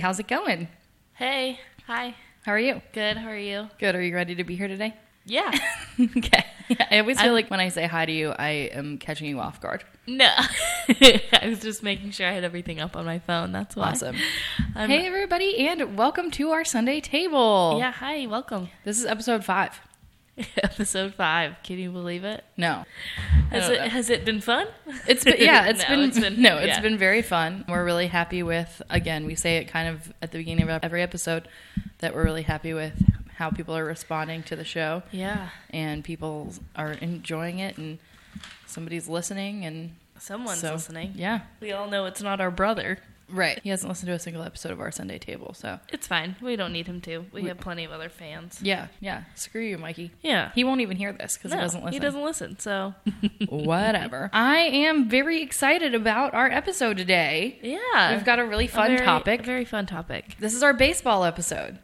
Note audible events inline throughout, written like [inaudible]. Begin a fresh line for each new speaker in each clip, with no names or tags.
how's it going?
Hey, hi.
How are you?
Good. How are you?
Good. Are you ready to be here today?
[laughs] Yeah.
[laughs] okay. Yeah, I always feel
I'm-
like when I say hi to you, I am catching you off guard.
[laughs] No, [laughs] I was just making sure I had everything up on my phone. That's why.
Awesome.
Um,
hey, everybody, and welcome to our Sunday table.
Yeah. Hi. Welcome. [laughs]
This is episode five.
Episode five. Can you believe it?
No.
Has
don't
it
know.
has it been fun?
[laughs] It's been, yeah,
[laughs] it's
it's been, [laughs] no, it's
yeah.
been very fun. We're really happy with, again, we say it kind of at the beginning of every episode that we're really happy with how people are responding to the show
Yeah.
and people are enjoying it and somebody's listening and
Someone's
so,
listening.
Yeah.
We all know it's not our brother.
Right. He hasn't listened to a single episode of our Sunday table. So,
It's fine. We don't need him to. We, have plenty of other fans.
yeah. Yeah. Screw you, Mikey.
Yeah.
He won't even hear this because he doesn't listen.
He doesn't listen.
[laughs]
So.
Whatever. [laughs] I am very excited about our episode today.
yeah.
We've got a really fun
very-
topic.
Very fun topic.
This is our baseball episode.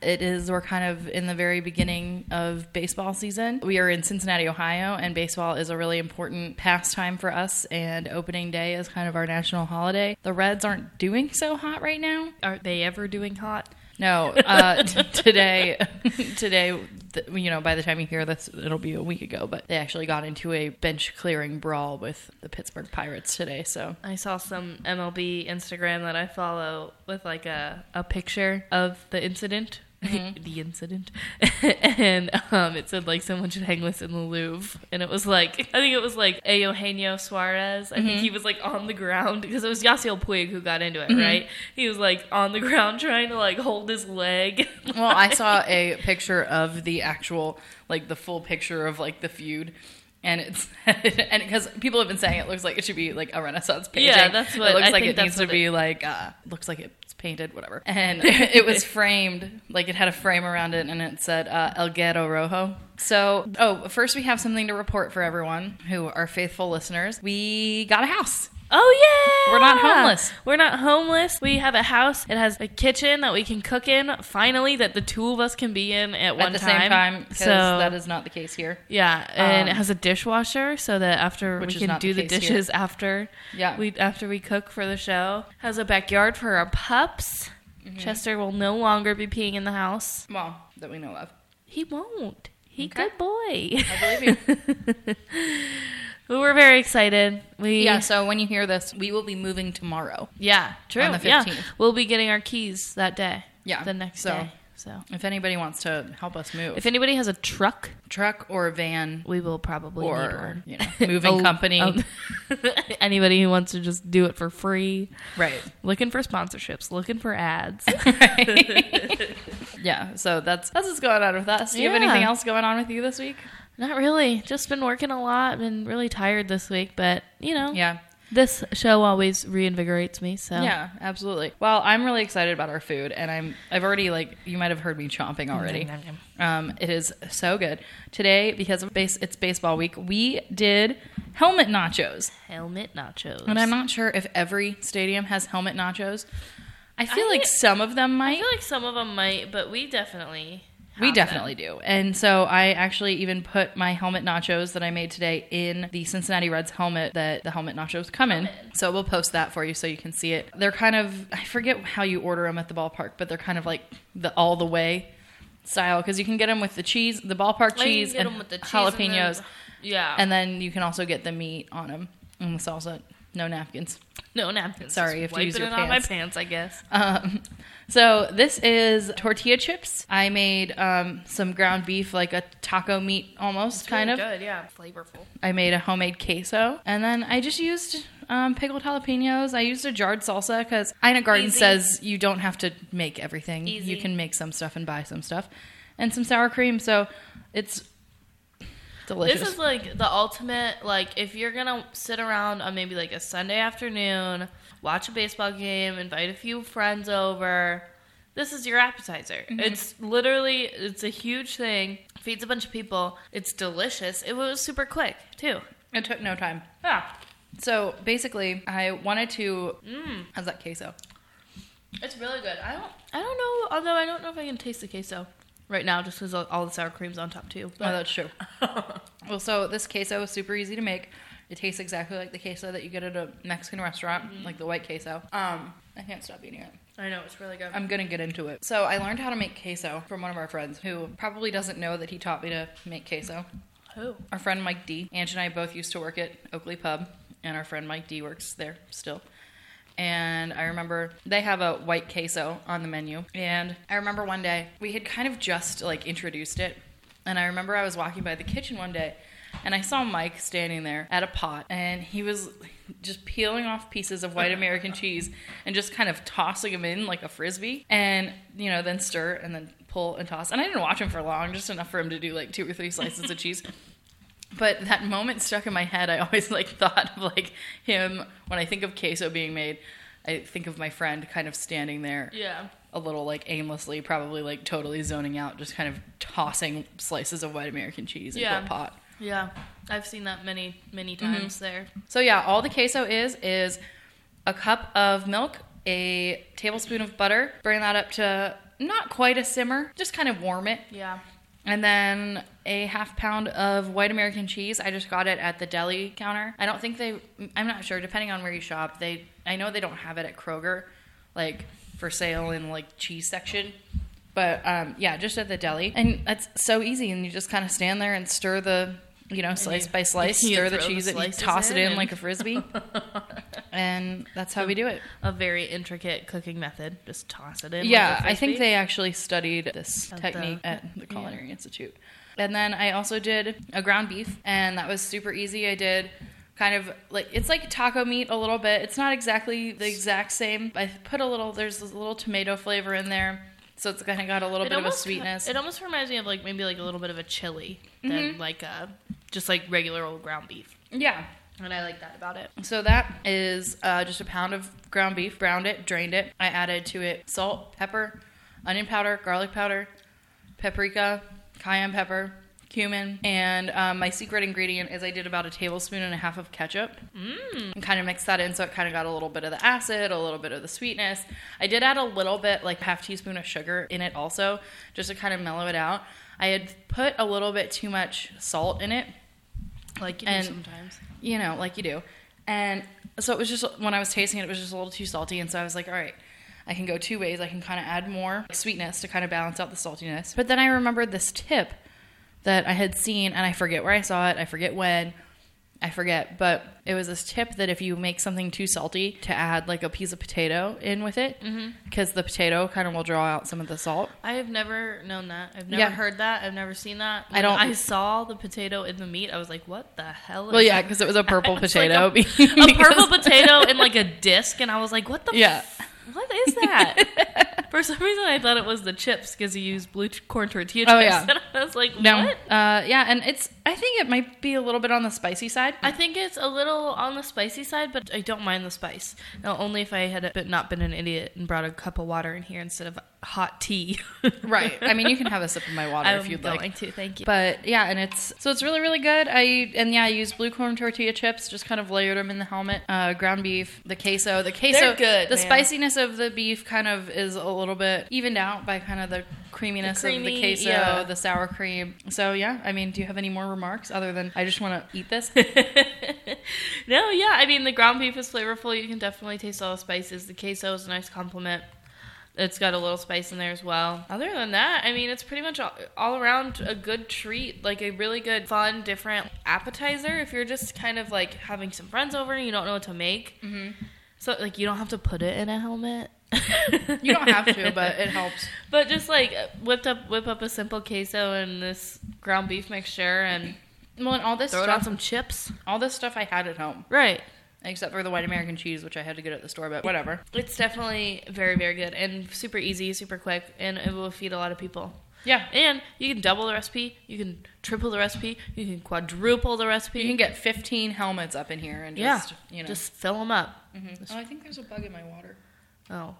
It is, we're kind of in the very beginning of baseball season. We are in Cincinnati, Ohio, and baseball is a really important pastime for us, and opening day is kind of our national holiday. The Reds aren't doing so hot right now.
Are they ever doing hot?
No, uh, t- today, today, th- you know, by the time you hear this, it'll be a week ago, but they actually got into a bench clearing brawl with the Pittsburgh Pirates today, so.
I saw some MLB Instagram that I follow with like a, a picture of the incident. [laughs] the incident. and um, it said like someone should hang this in the Louvre. And it was like, I think it was like a Eugenio Suarez. I think he was like on the ground because it was Yasiel Puig who got into it, right? He was like on the ground trying to like hold his leg. [laughs]
Well, I saw a picture of the actual, like the full picture of like the feud. And it's [laughs] and because people have been saying it looks like it should be like a Renaissance painting.
Yeah, that's what-
it looks
I
like.
think
It
that's
needs to
what
be like uh, looks like it's painted, whatever.
[laughs]
And [laughs] it was framed like it had a frame around it, and it said uh, El Ghetto Rojo. So, oh, first we have something to report for everyone who are faithful listeners. We got a house.
Oh yeah!
We're not homeless.
We're not homeless. We have a house. It has a kitchen that we can cook in. Finally, that the two of us can be in at one
at the same time, because
So
that is not the case here.
yeah, and
um,
it has a dishwasher so that after we
Which is
can
not
do
the
the,
case here.
dishes after.
Yeah.
We after we cook for the show. Has a backyard for our pups.
Mm-hmm.
Chester will no longer be peeing in the house.
Well, that we know
[laughs]
of.
He won't. He
Okay.
good boy.
I believe
[laughs]
you.
we were very excited. We
Yeah, so when you hear this, we will be moving tomorrow.
Yeah, true.
On the
Yeah.
15th.
We'll be getting our keys that day.
Yeah,
The next
so-
day. So
If anybody wants to help us move,
if anybody has a truck,
truck or van
we will probably need
or
one. [laughs]
you know, moving
Oh,
company, [laughs]
oh. anybody who wants to just do it for free.
right?
Looking for sponsorships, looking for ads. [laughs]
[laughs] Yeah, so that's that's what's going on with us. Do you have
Yeah.
anything else going on with you this week?
Not really. Just been working a lot. Been really tired this week, but you know,
Yeah.
this show always reinvigorates me. So
Yeah, absolutely. Well, I'm really excited about our food, and I'm I've already like you might have heard me chomping already.
Nom, nom,
Um, it is so good today because of base. It's baseball week. We did helmet nachos.
helmet nachos.
And I'm not sure if every stadium has helmet nachos. I feel
I-
like some of them
I
might.
feel like some of them might, but we definitely.
We
have them.
definitely do. And so I actually even put my helmet nachos that I made today in the Cincinnati Reds helmet that the helmet nachos come in. So we'll post that for you so you can see it. They're kind of, I forget how you order them at the ballpark, but they're kind of like the all the way style because you can get them with the cheese, the ballpark
Like, you can
cheese,
get
and
'em with the cheese and then-
jalapenos.
yeah,
and then you can also get the meat on them and the salsa. No napkins.
No napkins.
Sorry,
Just
if you use
wiping
your
it on my
pants.
pants, I guess.
Um, [laughs] so this is tortilla chips. I made um, some ground beef, like a taco meat almost, kind of.
good, yeah, flavorful.
I made a homemade queso, and then I just used um, pickled jalapenos. I used a jarred salsa because Ina Garden
Easy.
says you don't have to make everything.
Easy.
You can make some stuff and buy some stuff, and some sour cream. So it's delicious.
This is like the ultimate. Like, if you're gonna sit around on maybe like a Sunday afternoon, watch a baseball game, invite a few friends over. This is your appetizer. It's literally it's a huge thing. Feeds a bunch of people. It's delicious. It was super quick too.
it took no time.
Yeah,
So basically, I wanted to.
Mm.
How's that queso?
it's really good. I don't I don't know. Although I don't know if I can taste the queso right now, just because all the sour cream's on top too.
Oh, that's true. well, so this queso is super easy to make. It tastes exactly like the queso that you get at a Mexican restaurant, like the white queso. Um, I can't stop eating it.
I know it's really good.
I'm gonna get into it. So I learned how to make queso from one of our friends who probably doesn't know that he taught me to make queso.
oh,
Our friend Mike D. Ange and I both used to work at Oakley Pub, and our friend Mike D works there still. And I remember they have a white queso on the menu. And I remember one day we had kind of just like introduced it. And I remember I was walking by the kitchen one day and I saw Mike standing there at a pot and he was just peeling off pieces of white American cheese and just kind of tossing them in like a frisbee. And, you know, then stir and then pull and toss. And I didn't watch him for long, just enough for him to do like two or three slices of cheese. But that moment stuck in my head. I always like thought of like him when I think of queso being made. I think of my friend kind of standing there,
yeah.
a little like aimlessly, probably like totally zoning out, just kind of tossing slices of white American cheese into
Yeah.
a pot.
Yeah, I've seen that many, many times there.
So yeah, all the queso is is a cup of milk, a tablespoon of butter. Bring that up to not quite a simmer, just kind of warm it.
Yeah.
And then a half pound of white American cheese. I just got it at the deli counter. I don't think they. I'm not sure. Depending on where you shop, they. I know they don't have it at Kroger, like for sale in like cheese section. But um, yeah, just at the deli, and it's so easy. And you just kind of stand there and stir the, you know, slice
[laughs] you-
by slice,
you
stir the
throw the
cheese, and you
slices
toss it
in
in
and-
like a
[laughs]
frisbee. and that's how we do it.
A very intricate cooking method. Just toss it in.
Yeah,
like a
I think
frisbee.
they actually studied this
At
technique
the-
at the
yeah.
Culinary Institute. And then I also did a ground beef, and that was super easy. I did kind of like it's like taco meat a little bit. It's not exactly the exact same. I put a little there's a little tomato flavor in there, so it's kind of got a little
It
bit of a
almost-
sweetness. Mm-hmm.
It almost reminds me of like maybe like a little bit of a chili than like a just like regular old ground beef.
yeah.
And I like that about it.
So that is uh, just a pound of ground beef, browned it, drained it. I added to it salt, pepper, onion powder, garlic powder, paprika, cayenne pepper, cumin, and um, my secret ingredient is I did about a tablespoon and a half of ketchup and kind of mixed that in so it kind of got a little bit of the acid, a little bit of the sweetness. I did add a little bit, like half teaspoon of sugar in it also, just to kind of mellow it out. I had put a little bit too much salt in it
Like you
And-
do sometimes.
you know, like you do. And so it was just when I was tasting it, it was just a little too salty. And so I was like, all right, I can go two ways. I can kind of add more sweetness to kind of balance out the saltiness. But then I remembered this tip that I had seen, and I forget where I saw it, I forget when. I forget, but it was this tip that if you make something too salty, to add like a piece of potato in with it,
Mm-hmm.
because the potato kind of will draw out some of the salt.
I have never known that. I've never
Yeah.
heard that. I've never seen that.
I don't-
I saw the potato in the meat. I was like, "What the hell?"
Well,
is
yeah,
that?
because it was a purple
[laughs] It's
[laughs]
like
potato.
a- a purple potato in like a disc, and I was like, "What the?
Yeah.
f- what is that?"
[laughs]
For some reason, I thought it was the chips because he used blue ch- corn tortilla chips,
Oh, yeah.
[laughs] and I was like, "What?"
No. Uh, yeah, and it's. I think it might be a little bit on the spicy side.
[laughs] I think it's a little on the spicy side, but I don't mind the spice. Now, only if I had been- not been an idiot and brought a cup of water in here instead of hot tea.
right.
[laughs]
I mean, you can have a sip of my water
I'm
if you'd
going
like.
to. Thank you.
But yeah, and it's so it's really really good. I and yeah, I used blue corn tortilla chips, just kind of layered them in the helmet. Uh, ground beef, the queso, the queso.
They're good,
The
man.
spiciness of the beef kind of is a little bit evened out by kind of the creaminess
The
of
creamy,
the queso,
yeah.
the sour cream. So yeah, I mean, do you have any more remarks other than I just want to eat
[laughs]
this?
no, yeah. I mean, the ground beef is flavorful. You can definitely taste all the spices. The queso is a nice compliment. It's got a little spice in there as well. Other than that, I mean, it's pretty much all, all around a good treat, like a really good, fun, different appetizer. If you're just kind of like having some friends over and you don't know what to make,
Mm-hmm.
so like you don't have to put it in a helmet.
you don't have to,
[laughs]
but it helps.
But just like whipped up, whip up a simple queso and this ground beef mixture, and
Well, and all this
throw it on
stuff,
some chips.
all this stuff I had at home,
Right.
except for the white American cheese, which I had to get at the store. But whatever.
It's definitely very, very good and super easy, super quick, and it will feed a lot of people.
Yeah,
And you can double the recipe, you can triple the recipe, you can quadruple the recipe.
You can get 15 helmets up in here and
yeah,
just, you know.
just fill them up.
oh, I think there's a bug in my water.
Oh,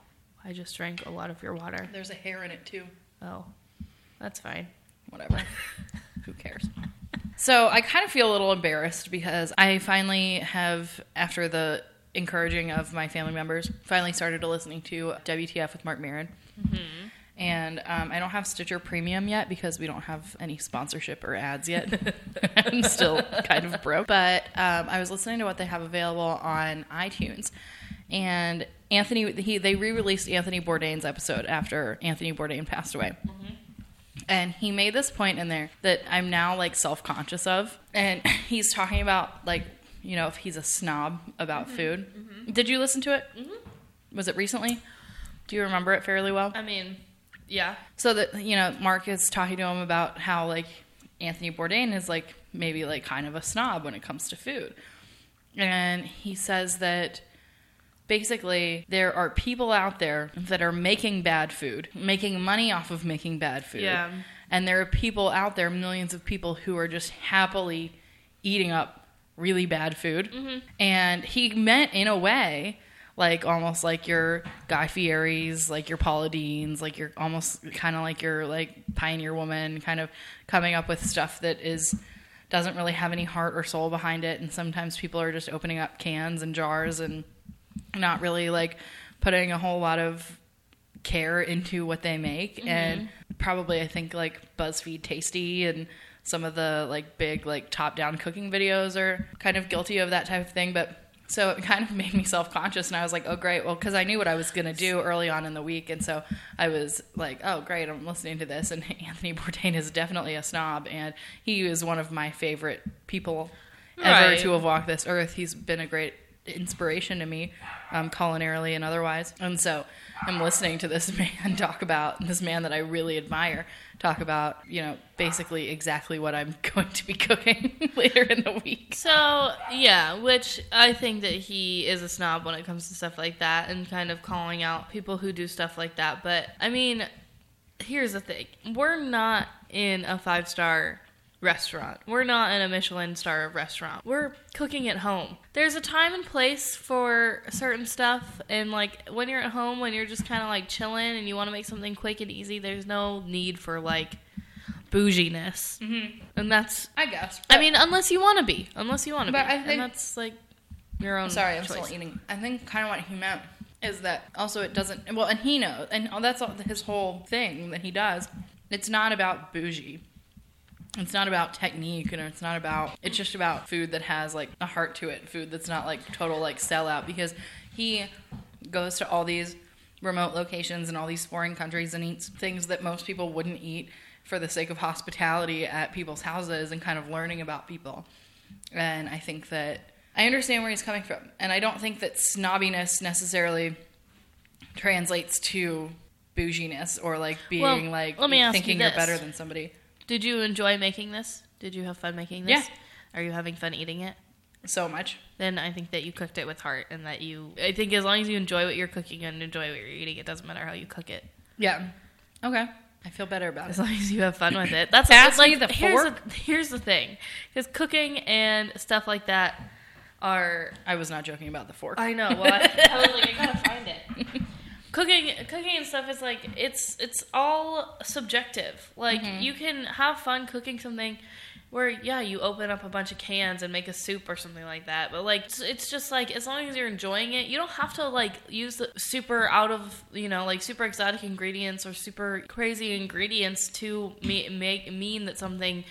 I just drank a lot of your water.
There's a hair in it too.
Oh,
[laughs]
that's fine.
Whatever. Who cares? So I kind of feel a little embarrassed because I finally have, after the encouraging of my family members, finally started to listening to WTF with Mark Marin. Mm-hmm. And um, I don't have Stitcher Premium yet because we don't have any sponsorship or ads yet. [laughs] I'm still kind of broke. But um, I was listening to what they have available on iTunes. And Anthony he they re-released Anthony Bourdain's episode after Anthony Bourdain passed away. And he made this point in there that I'm now like self conscious of. And [laughs] he's talking about like, you know, if he's a snob about food. Did you listen to it? Was it recently? Do you remember it fairly well?
I mean, yeah.
So that you know, Mark is talking to him about how like Anthony Bourdain is like maybe like kind of a snob when it comes to food. And he says that basically there are people out there that are making bad food, making money off of making bad food.
Yeah.
And there are people out there, millions of people who are just happily eating up really bad food. And he meant in a way like almost like your Guy Fieri's, like your Paula Deans, like your almost kind of like your like pioneer woman kind of coming up with stuff that is doesn't really have any heart or soul behind it and sometimes people are just opening up cans and jars and not really like putting a whole lot of care into what they make and probably i think like buzzfeed tasty and some of the like big like top down cooking videos are kind of guilty of that type of thing but so it kind of [laughs] made me self-conscious and i was like oh great well because i knew what i was going to do early on in the week and so i was like oh great i'm listening to this and [laughs] anthony bourdain is definitely a snob and he is one of my favorite people ever
Right.
to have walked this earth he's been a great inspiration to me um, culinarily and otherwise and so i'm listening to this [laughs] man talk about this man that i really admire talk about you know basically exactly what i'm [laughs] going to be cooking [laughs] later in the week
So yeah, which I think that he is a snob when it comes to stuff like that, and kind of calling out people who do stuff like that. But I mean, here's the thing: we're not in a five star restaurant. We're not in a Michelin star restaurant. We're cooking at home. There's a time and place for certain stuff, and like when you're at home, when you're just kind of like chilling and you want to make something quick and easy, there's no need for like bouginess, mm-hmm. and that's
i guess
I mean, unless you want to be, unless you want to be,
But I think-
and that's like your own.
Sorry, I'm
choice.
still eating. I think kind of what he meant is that also it doesn't. Well, and he knows, and that's all, his whole thing that he does. It's not about bougie. It's not about technique, and it's not about. It's just about food that has like a heart to it. Food that's not like total like sellout because he goes to all these remote locations and all these foreign countries and eats things that most people wouldn't eat for the sake of hospitality at people's houses and kind of learning about people. And I think that I understand where he's coming from. And I don't think that snobbiness necessarily translates to bouginess or like being
Well,
like
let me ask you
thinking are
this.
better than somebody.
Did you enjoy making this? Did you have fun making this? Are you having fun eating it?
So much.
Then I think that you cooked it with heart, and that you. I think as long as you enjoy what you're cooking and enjoy what you're eating, it doesn't matter how you cook it.
Yeah. Okay. I feel better about
As
it.
long as you have fun with it. That's
Pass
it's like
me the
here's The, here's the thing, because cooking and stuff like that are
I was not joking about the fork.
I know. Well, I, I was like, I gotta find it. [laughs] cooking, cooking and stuff is like it's it's all subjective. Like you can have fun cooking something where yeah, you open up a bunch of cans and make a soup or something like that. But like it's, it's just like as long as you're enjoying it, you don't have to like use the super out of you know like super exotic ingredients or super crazy ingredients to me- make mean that something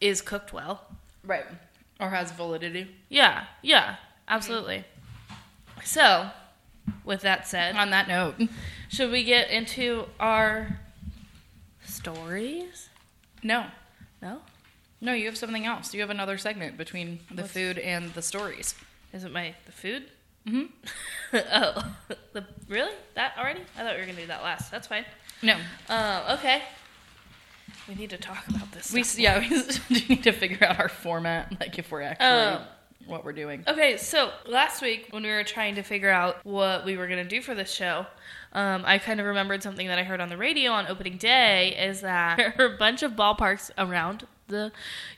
is cooked well.
right. Or has validity.
Yeah, yeah, absolutely. So, with that said,
On that note,
should we get into our stories?
no.
No?
No, you have something else. You have another segment between the
What's-
food and the stories.
Is it my the food? [laughs] Mm-hmm. oh, [laughs] the, really? That already? I thought we were gonna do that last. That's fine.
No.
Um, okay. We need to talk about this.
We s-
stuff.
yeah, [laughs] we s- do need to figure out our format, like if we're actually
Oh.
what we're doing.
Okay, so last week when we were trying to figure out what we were going to do for this show, um, I kind of remembered something that I heard on the radio on opening day is that [laughs] there are a bunch of ballparks around the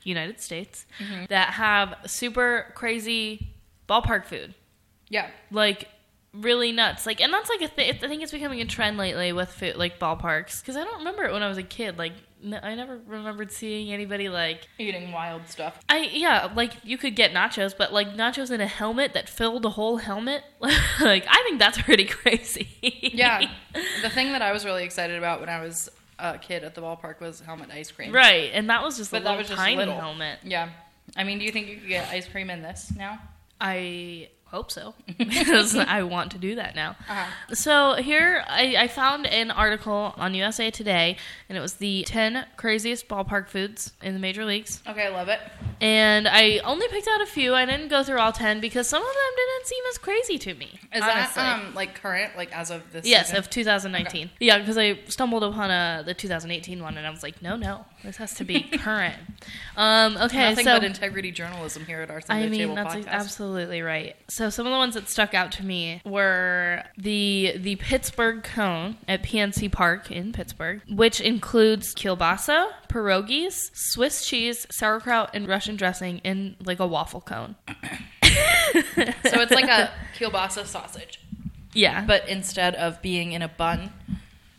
United States that have super crazy ballpark food
Yeah.
like really nuts like and that's like a thing i think it's becoming a trend lately with food, like ballparks because i don't remember it when i was a kid like n- i never remembered seeing anybody like
Eating wild
[laughs]
stuff.
I yeah, like you could get nachos, but like nachos in a helmet that filled a whole helmet. [laughs] like I think that's [laughs] pretty crazy.
Yeah. the thing that I was really excited about when I was a kid at the ballpark was helmet ice cream.
[laughs] right. And that was just
But
a
that
little
was just
tiny
little.
helmet.
Yeah. I mean, do you think you could get ice cream in this now?
I
[laughs]
hope so because I want to do that now. So here I, I found an article on USA Today, and it was the 10 craziest ballpark foods in the major leagues.
Okay, I love it.
And I only picked out a few. I didn't go through all 10 because some of them didn't seem as crazy to me.
Is
honestly.
that um like current, like as of this?
Yes,
season?
of 2019. Yeah, because I stumbled upon uh, the 2018 one, and I was like, no, no, this has
[laughs]
to be current. um, okay,
nothing
so
but integrity journalism here at our Sunday
I mean,
Table
that's
podcast.
absolutely right. So some of the ones that stuck out to me were the the Pittsburgh cone at PNC Park in Pittsburgh, which includes kielbasa, pierogies, Swiss cheese, sauerkraut, and Russian dressing in like a waffle cone.
[laughs] [coughs] so it's like a kielbasa sausage,
[laughs] Yeah, but
but instead of being in a bun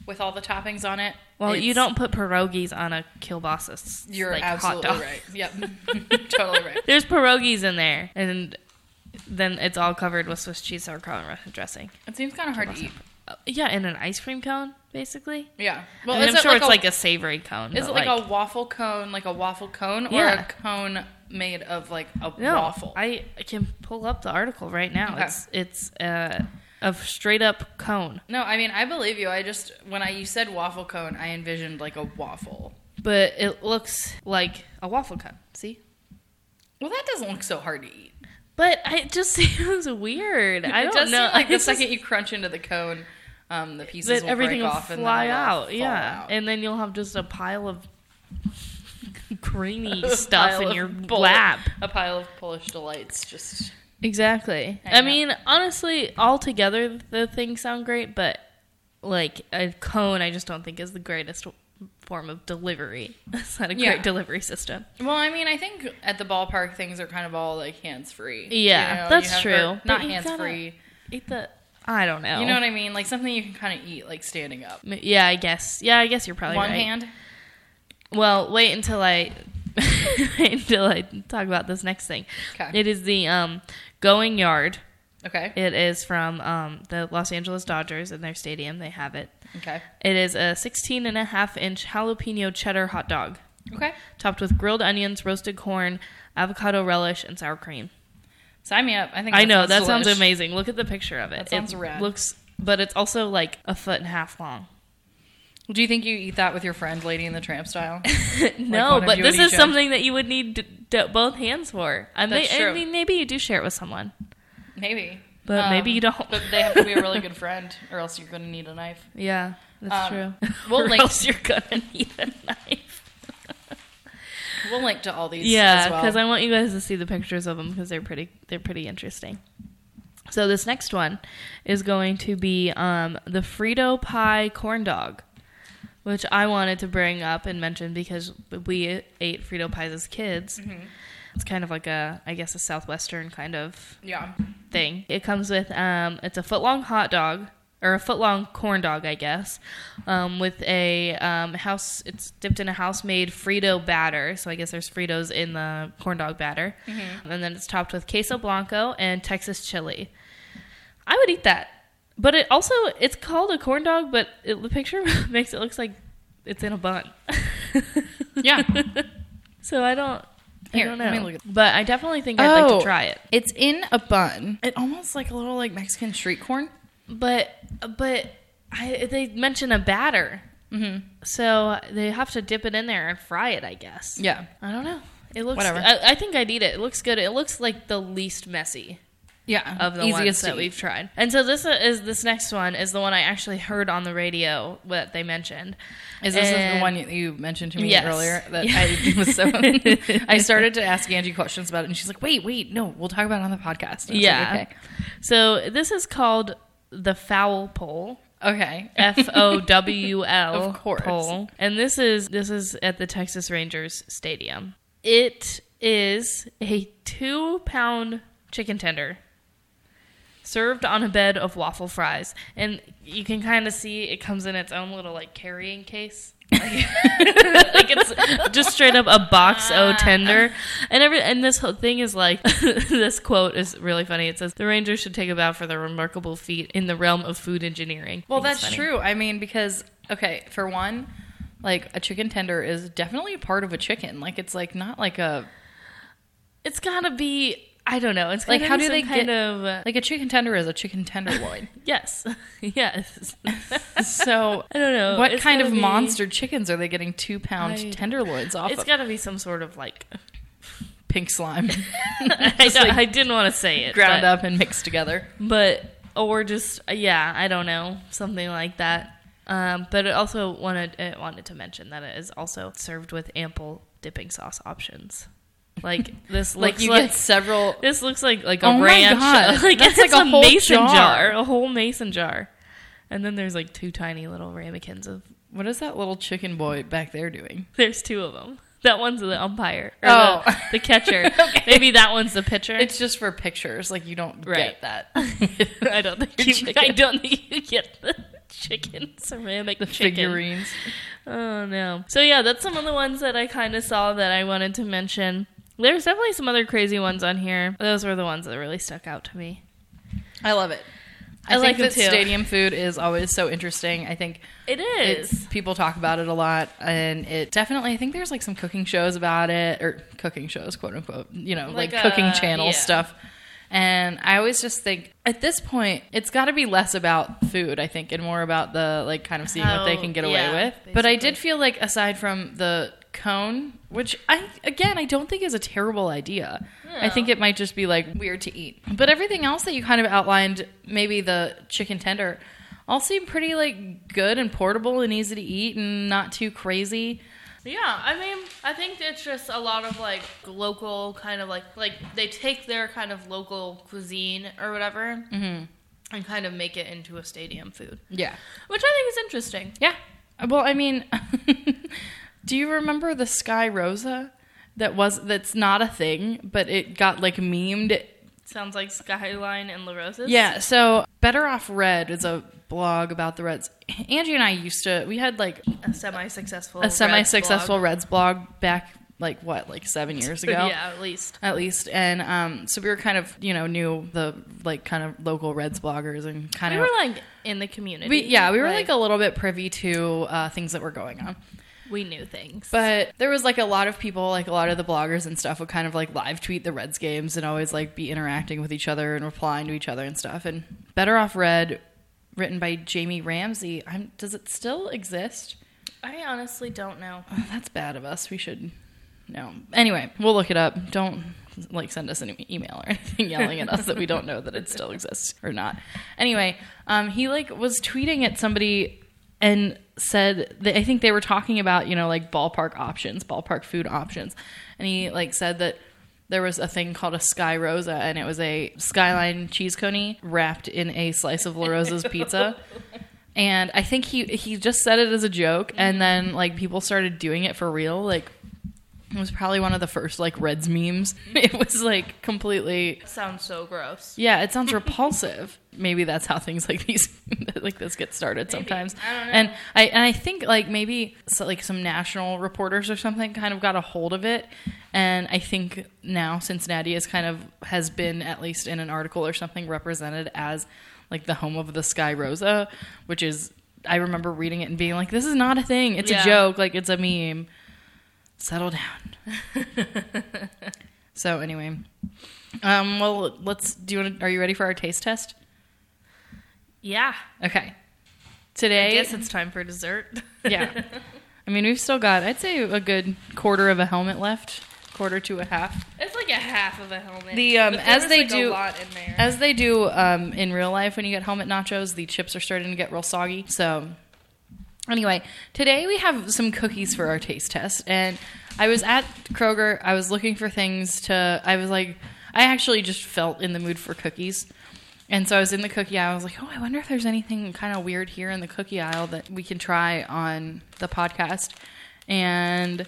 with all the toppings on it,
well, you
it's-
don't put pierogies on a kielbasa. s-
You're
like, hot
absolutely
dog.
right.
[laughs]
Yep, [laughs] totally right.
There's pierogies in there, and then it's all covered with Swiss cheese, sauerkraut, and Russian dressing.
It seems kind of hard to eat.
Uh, Yeah, in an ice cream cone, basically.
Yeah.
Well,
is
I'm
it
sure it's
a-
like a savory cone.
Is it
but,
like, a waffle cone, like a waffle cone, or
Yeah.
a cone made of like a
no,
waffle?
I I can pull up the article right now.
Okay.
It's it's uh, a straight up cone,
no, I mean I believe you. I just when I you said waffle cone, I envisioned like a waffle.
but it looks like a waffle cone. See,
Well, that doesn't look so hard to eat.
but I- it just [laughs] seems weird. I
[laughs] it
don't
does
know.
Seem like the
[laughs] It's just
second you crunch into the cone, um, the pieces
that
will
everything
break
will
off and
fly
then
out.
Fall
yeah,
out.
and then you'll have just a
[laughs]
pile of grainy
A
stuff
pile
in
of
your
bull-
lap.
a pile of Polish delights. Just
Exactly.
I
I,
know.
mean, honestly, altogether the things sound great, but like a cone, I just don't think is the greatest form of delivery. [laughs] It's not a great
Yeah.
delivery system.
well, I mean, I think at the ballpark things are kind of all like hands free.
Yeah, that's true. But
Not
you gotta-
hands free.
Eat the. I don't know.
You know what I mean? Like something you can kind of eat like standing up.
I mean? Yeah, I guess. Yeah, I guess you're probably
One
right.
hand.
Well, wait until I [laughs] wait until I talk about this next thing.
'Kay.
It is the um, going yard.
Okay.
It is from um, the Los Angeles Dodgers in their stadium. They have it.
Okay.
It is a 16 and a half inch jalapeno cheddar hot dog
Okay.
topped with grilled onions, roasted corn, avocado relish, and sour cream.
Sign me up. I think
I know that
sounds
sounds
delish.
amazing. Look at the picture of it.
That sounds
it
rad.
looks but it's also like a foot and a half long.
Do you think you eat that with your friend, Lady in the Tramp style?
no,
one of
but
you
this
in each
is
end.
something that you would need d d- both hands for. I, may,
That's
I
true.
mean, maybe you do share it with someone.
Maybe. Um,
But maybe you don't.
But they have to be a
[laughs]
really good friend, or else you're going to need a knife.
Yeah,
Um,
that's true.
we'll
[laughs] Or
link-
else you're gonna need a knife.
We'll link to all these.
Yeah,
as well.
because I want you guys to see the pictures of them because they're pretty. They're pretty interesting. So this next one is going to be um, the Frito pie corn dog, which I wanted to bring up and mention because we ate Frito pies as kids.
Mm-hmm.
It's kind of like a, I guess, a southwestern kind of
Yeah.
thing. It comes with um, it's a foot long hot dog or a foot long corn dog, I guess, um, with a um, house. It's dipped in a house made Frito batter, so I guess there's Fritos in the corn dog batter,
Mm-hmm.
and then it's topped with queso blanco and Texas chili. I would eat that, but it also it's called a corn dog, but it, the picture [laughs] makes it looks like it's in a bun.
Yeah.
So I don't.
Here,
I don't know.
let me look at-
but I definitely think [laughs] I'd like
Oh.
to try it.
It's in a bun. It almost like a little like Mexican street corn.
But but I, they mention a batter,
Mm-hmm.
so they have to dip it in there and fry it. I guess.
Yeah.
I don't know. It looks.
Whatever.
I, I think I'd eat it. It looks good. It looks like the least messy
Yeah.
of the ones
Easiest to
that
eat.
we've tried. And so this is this next one is the one I actually heard on the radio that they mentioned.
Is this the
And-
one you- you mentioned to me
Yes.
earlier that
Yeah. [laughs]
I was so? I started to ask Angie questions about it, and she's like, "Wait, wait, no, we'll talk about it on the podcast." And I was like,
Yeah. So this is called the foul pole.
okay. Okay.
F O W L.
[laughs] Of course.
pole. And this is this is at the Texas Rangers Stadium. It is a two pound chicken tender served on a bed of waffle fries, and you can kind of see it comes in its own little like carrying case. [laughs] like like it's just straight up a box o tender and every and this whole thing is like [laughs] this quote is really funny it says the rangers should take a bow for their remarkable feat in the realm of food engineering
Well,
I think
that's
it's funny.
true. I mean, because okay, for one, like a chicken tender is definitely a part of a chicken. Like it's like not like a
It's gotta be. I don't know. It's
Like,
like how do they kind of uh,
Like a chicken tender is a chicken tenderloin.
[laughs] yes,
[laughs]
yes.
so
I don't know
what
It's
kind
gotta
of
be-
monster chickens are they getting two pound
I-
tenderloins off
It's
of?
got to be some sort
[laughs]
of like. [laughs]
Pink slime [laughs]
I,
Just,
don't-
like,
I didn't want to say it.
ground
but,
up and mixed together.
but or just yeah, I don't know something like that. Um, but it also wanted it wanted to mention that it is also served with ample dipping sauce options. Like this
[laughs]
looks
Like you
like
get several
this looks like like a
Oh my
ranch. [laughs]
God,
Like
that's like
it's like
a
a,
whole
mason
jar.
jar. a whole mason jar. And then there's like two tiny little ramekins of.
What is that little chicken boy back there doing?
There's two of them. That one's the umpire or
Oh.
the, the catcher.
[laughs] Okay.
Maybe that one's the pitcher.
It's just for pictures. Like you don't
Right.
get that.
[laughs] I don't
[laughs]
think
Your
you,
chicken.
I don't think you get the chicken ceramic
the
chicken.
figurines.
Oh no. So yeah, that's some of the ones that I kind of saw that I wanted to mention. There's definitely some other crazy ones on here. Those were the ones that really stuck out to me.
I love it.
I like
think
it
that
too.
stadium food is always so interesting. I think
It
it's-
is.
people talk about it a lot, and it definitely. I think there's like some cooking shows about it, or cooking shows, quote unquote. You know, like,
Like,
cooking
uh,
channel
yeah.
stuff. And I always just think at this point, it's got to be less about food, I think, and more about the like kind of seeing what they
How-
can get
yeah,
away with. But I
basically.
did feel like aside from the cone, which I again I don't think is a terrible idea. I think it might just be like weird to eat. But everything else that you kind of outlined, maybe the chicken tender, all seem pretty like good and portable and easy to eat and not too crazy.
Yeah, I mean, I think it's just a lot of like local kind of like like they take their kind of local cuisine or whatever
Mm-hmm.
and kind of make it into a stadium food,
Yeah.
which I think is interesting.
Yeah. Well, I mean, [laughs] do you remember the Sky Rosa? That was that's not a thing, but it got like memed
Sounds like Skyline and La Rosa's.
Yeah, so Better Off Red is a blog about the Reds. Angie and I used to we had like
a semi-successful,
a semi successful Reds blog back like what, like seven
[laughs]
years ago?
Yeah, at least.
At least. And um so we were kind of, you know, knew the like kind of local Reds bloggers and kind
We
of
were like in the community.
we, yeah, we were like, a little bit privy to uh, things that were going on.
we knew things.
But there was like a lot of people, like a lot of the bloggers and stuff would kind of like live tweet the Reds games and always like be interacting with each other and replying to each other and stuff. And Better Off Red, written by Jamie Ramsey, I'm, does it still exist?
I honestly don't know.
Oh, that's bad of us. We should know. Anyway, we'll look it up. Don't like send us an e- email or [laughs] anything yelling at us that we don't know that it still exists or not. Anyway, um, he like was tweeting at somebody and said that I think they were talking about you know like ballpark options, ballpark food options, and he like said that there was a thing called a Sky Rosa, and it was a skyline cheese coney wrapped in a slice of La Rosa's pizza. And I think he he just said it as a joke, and then like people started doing it for real. Like it was probably one of the first like Reds memes. [laughs] It was like completely
Sounds so gross.
yeah. It sounds repulsive. Maybe that's how things like these [laughs] like this get started sometimes.
I don't know.
And I and I think like maybe so, like some national reporters or something kind of got a hold of it. And I think now Cincinnati is kind of has been at least in an article or something represented as like the home of the Sky Rosa, which is I remember reading it and being like, this is not a thing. It's
Yeah.
a joke. Like it's a meme. Settle down.
[laughs]
so anyway, um, well, let's. Do you want? to Are you ready for our taste test?
Yeah.
Okay.
I
Today,
guess it's time for dessert. [laughs]
yeah. I mean, we've still got, I'd say, a good quarter of a helmet left, quarter to a half.
It's like a half of a helmet.
The, um,
But there
as
was,
they
like,
do-
a lot in there.
As they do um, in real life when you get helmet nachos, the chips are starting to get real soggy. So, anyway, today we have some cookies for our taste test. And I was at Kroger, I was looking for things to, I was like, I actually just felt in the mood for cookies. And so I was in the cookie aisle. I was like, oh, I wonder if there's anything kind of weird here in the cookie aisle that we can try on the podcast. And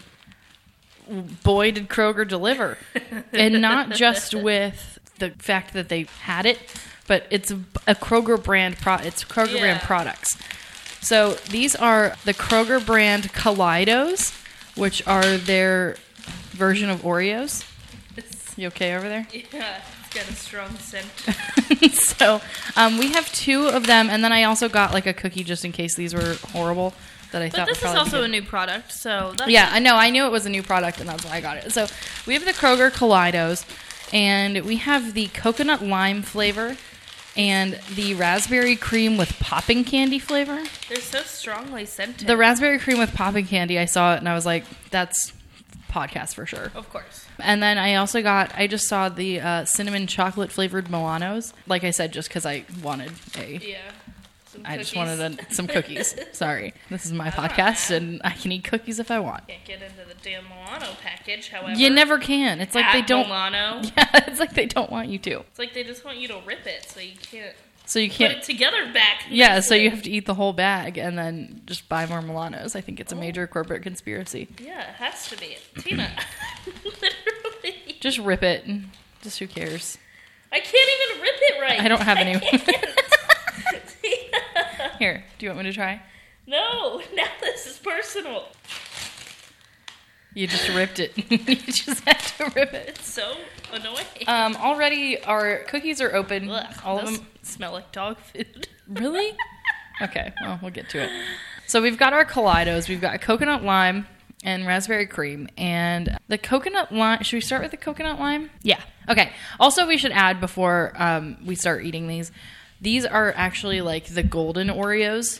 boy did Kroger deliver. and
[laughs]
not just with the fact that they had it, but it's a, a Kroger brand pro it's Kroger
Yeah.
brand products. So these are the Kroger brand Kaleidos, which are their version of Oreos.
[laughs]
You okay over there? [laughs]
yeah, it's got a strong scent.
so um, we have two of them, and then I also got like a cookie just in case these were horrible that I
But
thought.
this
would
is
probably be
also
good.
a new product, so that's
Yeah, I know. I knew it was a new product, and that's why I got it. So we have the Kroger Kaleidos, And we have the coconut lime flavor and the raspberry cream with popping candy flavor.
They're so strongly scented.
The raspberry cream with popping candy, I saw it and I was like, that's podcast for sure.
of course.
And then I also got, I just saw the uh, cinnamon chocolate flavored Milanos. Like I said, just because I wanted a
Yeah. Some
I just
cookies.
wanted a, some cookies. Sorry. This is my podcast, and I can eat cookies if I want.
Can't get into the damn Milano package, however.
You never can. It's like
At
they don't.
Milano.
Yeah, [laughs] it's like they don't want you to.
It's like they just want you to rip it, so you can't
So you
put
can't.
it together back.
Yeah, so you have to eat the whole bag and then just buy more Milanos. I think it's a major corporate conspiracy.
Yeah, it has to be. Tina. [laughs] Literally.
Just rip it. and Just who cares?
I can't even rip it right.
I don't have any.
can't. [laughs] Tina.
Here, do you want me to try?
No, [laughs] now this is personal.
You just ripped it. [laughs] you just had to rip it.
It's so annoying.
Um, already our cookies are open.
Ugh,
All of
those
them.
smell like dog food. [laughs]
Really? Okay, well, we'll get to it. So we've got our Kaleidos. We've got coconut lime and raspberry cream. And the coconut lime, should we start with the coconut lime? Yeah. Okay. Also, we should add before um, we start eating these, these are actually like the golden Oreos.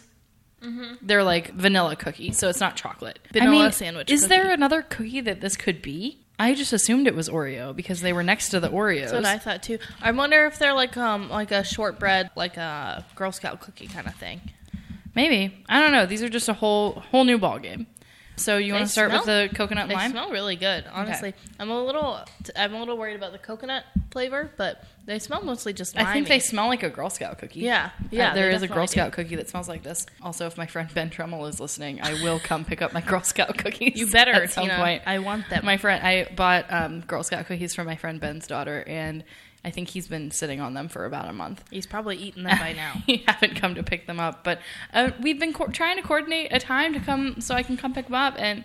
They're like vanilla cookie, so it's not chocolate.
Vanilla sandwich
Is
cookie.
there another cookie that this could be? I just assumed it was Oreo because they were next to the Oreos.
That's what I thought too. I wonder if they're like um like a shortbread, like a Girl Scout cookie kind of thing.
Maybe I don't know. These are just a whole whole new ball game. So you want to start with
smell-
the coconut
They
lime?
smell really good, honestly. I'm a little I'm a little worried about the coconut flavor, but they smell mostly just. Limey.
I think they smell like a Girl Scout cookie.
Yeah,
Yeah,
yeah.
there
they
is a
definitely
Girl
do.
Scout cookie that smells like this. Also, if my friend Ben Tremmel is listening, I will come pick up my Girl Scout [laughs] cookies.
You better.
at some
Tina.
point.
I want them.
my friend, I bought um, Girl Scout cookies for my friend Ben's daughter, and I think he's been sitting on them for about a month.
He's probably eaten them
[laughs]
by now.
you haven't come to pick them up, but uh, we've been co- trying to coordinate a time to come so I can come pick them up, and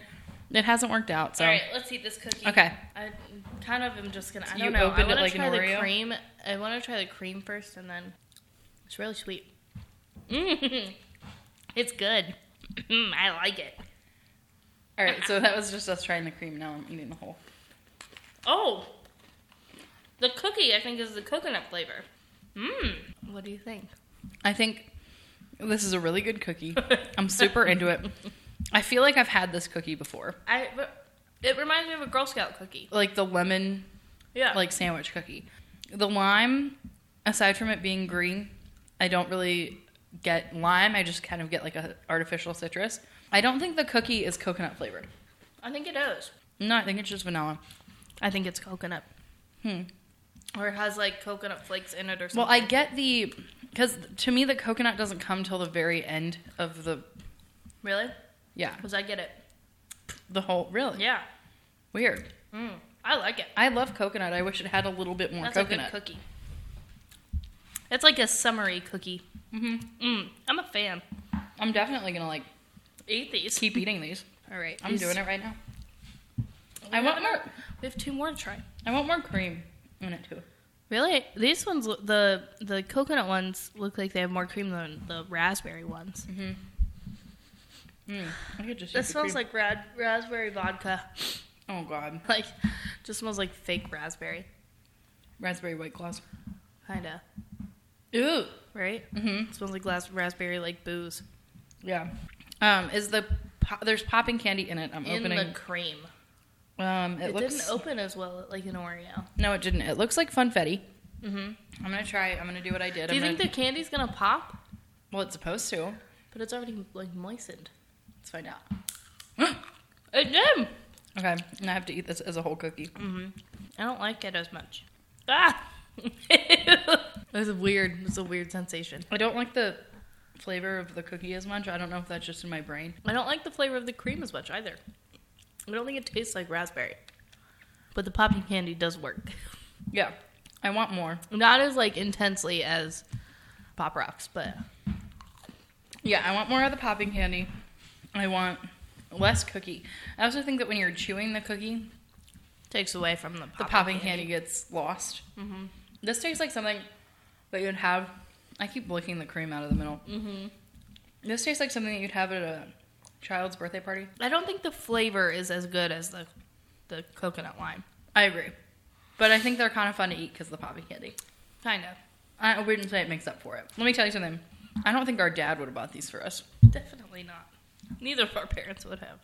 it hasn't worked out. So
All right, let's eat this cookie.
Okay.
I kind of am just gonna. I
you
don't know. I
opened it
want to
like an
try the
Oreo?
cream. I want to try the cream first, and then it's really sweet. Mm-hmm.
Mm.
It's good. Mm-hmm,
Mm, I like it.
all right. So that was just us trying the cream. Now I'm eating the whole.
Oh, the cookie I think is the coconut flavor. Mmm.
What do you think?
I think this is a really good cookie. [laughs] I'm super into it. I feel like I've had this cookie before.
I. It reminds me of a Girl Scout cookie.
Like the lemon
Yeah.
like sandwich cookie. The lime, aside from it being green, I don't really get lime. I just kind of get like a artificial citrus. I don't think the cookie is coconut flavored.
I think it is.
No, I think it's just vanilla.
I think it's coconut.
Hmm.
Or it has like coconut flakes in it or something.
Well, I get the because to me the coconut doesn't come till the very end of the
really?
yeah
Because I get it.
the whole really
Yeah.
weird.
Mm. I like it.
I love coconut. I wish it had a little bit more
That's
coconut.
a good cookie. It's like a summery cookie.
hmm
Mm. I'm a fan.
I'm definitely gonna like
Eat these.
keep eating these.
All right.
I'm doing it right now.
Oh,
I
We
want
have
more.
another- We have two more to try.
I want more cream in it too.
Really? These ones, look- the the coconut ones, look like they have more cream than the raspberry ones.
Mm, I could just.
Mhm.
use
This
the
smells
cream.
like rad, raspberry vodka. [laughs]
Oh god,
Like, just smells like fake raspberry.
raspberry white claws.
Kinda.
Ooh.
Right?
hmm
smells like glass, raspberry, like booze.
Yeah. Um, is the po- there's popping candy in it? I'm
in
opening.
the cream.
um, it,
It,
looks.
didn't open as well like an Oreo.
no, it didn't. It looks like funfetti.
Mm-hmm.
I'm gonna try. I'm gonna do what I did.
Do you
I'm
think the
gonna-
candy's gonna pop?
Well, it's supposed to. [gasps]
But it's already like moistened.
Let's find out.
It did.
Okay, and I have to eat this as a whole cookie.
I don't like it as much. Ah, [laughs] it's weird. It's a weird sensation.
I don't like the flavor of the cookie as much. I don't know if that's just in my brain.
I don't like the flavor of the cream as much either. I don't think it tastes like raspberry. But the popping candy does work. [laughs]
Yeah, I want more.
Not as like intensely as Pop Rocks, but
Yeah, I want more of the popping candy. I want less cookie. I also think that when you're chewing the cookie,
takes away from the popping,
the popping candy. gets lost.
Mhm.
This tastes like something that you'd have. I keep licking the cream out of the middle.
Mhm.
This tastes like something that you'd have at a child's birthday party.
I don't think the flavor is as good as the the coconut lime.
I agree. But I think they're kind of fun to eat because the poppy candy.
Kind of.
I wouldn't say it makes up for it. Let me tell you something. I don't think our dad would have bought these for us.
Definitely not. Neither of our parents would have.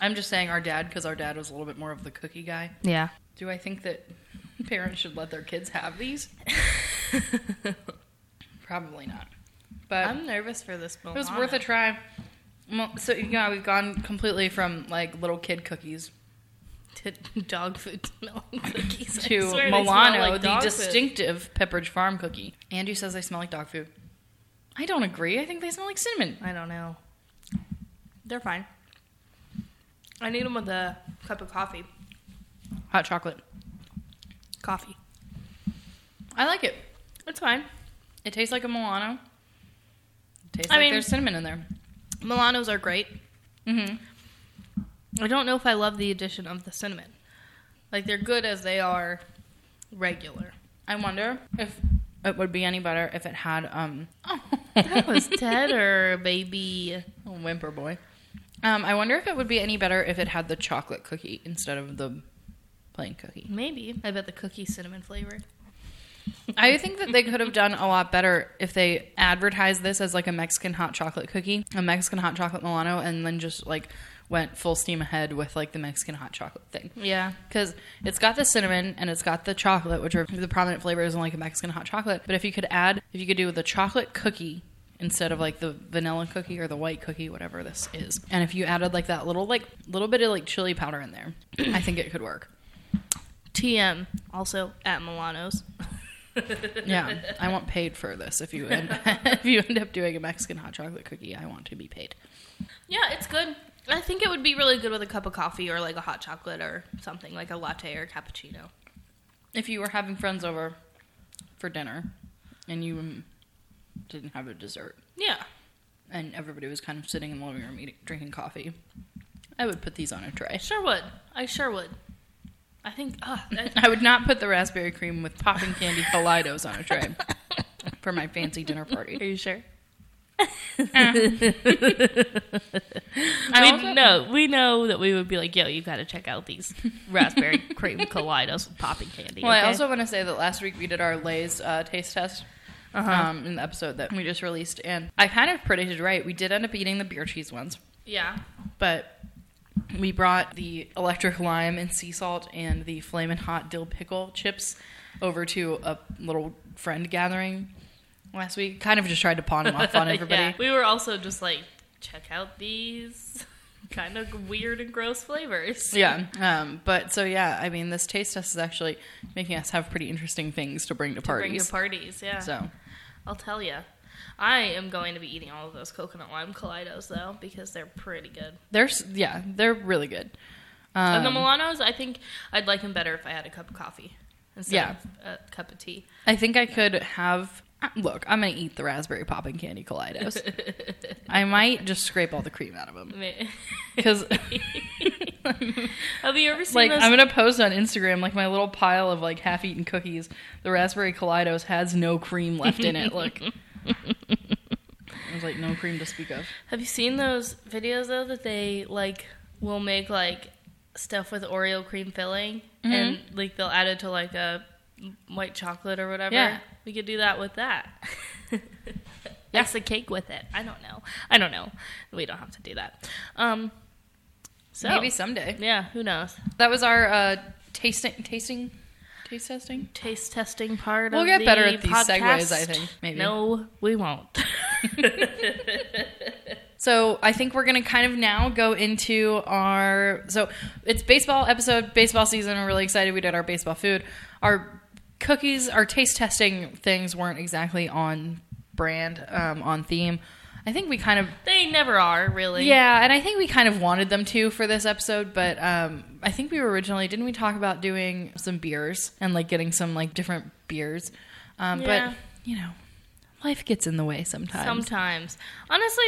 I'm just saying our dad because our dad was a little bit more of the cookie guy.
Yeah.
Do I think that [laughs] parents should let their kids have these? Probably not.
[laughs]
But
I'm nervous for this
it
moment.
was worth a try. Well, so you know we've gone completely from like little kid cookies
to [laughs] dog food to milk [laughs] cookies. [laughs] I
to
swear they smell
Milano,
like
the
dog food.
distinctive Pepperidge Farm cookie. Andrew says they smell like dog food. I don't agree. I think they smell like cinnamon.
I don't know. They're fine. I need them with a cup of coffee.
Hot chocolate.
Coffee.
I like it.
It's fine.
It tastes like a Milano. It tastes
I
like
mean-
there's cinnamon in there.
Milanos are great.
Mm-hmm.
I don't know if I love the addition of the cinnamon. Like they're good as they are regular.
I wonder if it would be any better if it had um. Oh,
[laughs] That was [laughs] Tedder, baby.
whimper boy. Um, I wonder if it would be any better if it had the chocolate cookie instead of the plain cookie.
Maybe. I bet the cookie cinnamon flavor.
I think that they could have done a lot better if they advertised this as like a Mexican hot chocolate cookie, a Mexican hot chocolate Milano, and then just like went full steam ahead with like the Mexican hot chocolate thing.
Yeah.
Because it's got the cinnamon and it's got the chocolate, which are the prominent flavors in like a Mexican hot chocolate. But if you could add, if you could do the chocolate cookie instead of like the vanilla cookie or the white cookie, whatever this is, and if you added like that little like little bit of like chili powder in there, I think it could work.
TM also at Milano's.
Yeah, I want paid for this. If you end, [laughs] if you end up doing a Mexican hot chocolate cookie, I want to be paid.
Yeah, it's good. I think it would be really good with a cup of coffee or like a hot chocolate or something like a latte or cappuccino.
If you were having friends over for dinner and you um, didn't have a dessert,
Yeah.
and everybody was kind of sitting in the living room eating, drinking coffee, I would put these on a
I
tray. [laughs]
sure would. I sure would. I think uh,
[laughs]
I,
I would not put the raspberry cream with popping candy Kaleidos on
[laughs]
a tray for my fancy dinner party.
Are you sure?
I
we
also-
know we know that we would be like, yo, you got to check out
[laughs]
these raspberry cream kaleidos with popping candy.
Well, I
okay?
also want to say that last week we did our Lay's uh, taste test.
Uh-huh.
Um, in the episode that we just released, and I kind of predicted right. We did end up eating the beer cheese ones,
yeah.
but we brought the electric lime and sea salt and the flamin' hot dill pickle chips over to a little friend gathering last week. Kind of just tried to pawn them off on everybody.
[laughs] Yeah. We were also just like, check out these [laughs] kind of weird and gross flavors.
Yeah. Um, but so yeah, I mean, this taste test is actually making us have pretty interesting things to bring to
To bring
parties.
to parties, yeah.
so
I'll tell you. I am going to be eating all of those coconut lime kaleidos though because they're pretty good.
they're s- yeah, they're really good.
and the
Um,
Milanos, I think I'd like them better if I had a cup of coffee instead
Yeah.
of a cup
[laughs]
of tea. [laughs]
I think I could have. uh, Look, I'm gonna eat the raspberry popping
[laughs]
candy Kaleidos. I might just scrape all the cream out of them because,
Have you ever seen
like,
those?
I'm gonna post on Instagram like my little pile of like half-eaten cookies. The raspberry Kaleidos has no cream left in it. [laughs] Look, there's like no cream to speak of.
Have you seen those videos though that they like will make like stuff with Oreo cream filling and like they'll add it to like a white chocolate or whatever?
Yeah.
We could do that with [laughs] that. That's a cake with it. I don't know. I don't know. We don't have to do that. Um so
Maybe someday.
yeah, who knows?
That was our uh, tasting, tasting, taste testing.
Taste testing part
We'll
of
get
the
better at these segues,
podcast.
I think, maybe.
No, we won't. [laughs]
So I think we're gonna kind of now go into our. So it's baseball episode, baseball season. We're really excited. We did our baseball food, our cookies, our taste testing things weren't exactly on brand, um, on theme. I think we kind of
they never are, really.
yeah, and I think we kind of wanted them to for this episode, but um, I think we were originally didn't we talk about doing some beers and like getting some like different beers, um,
Yeah.
but you know, life gets in the way sometimes.
Sometimes. Honestly,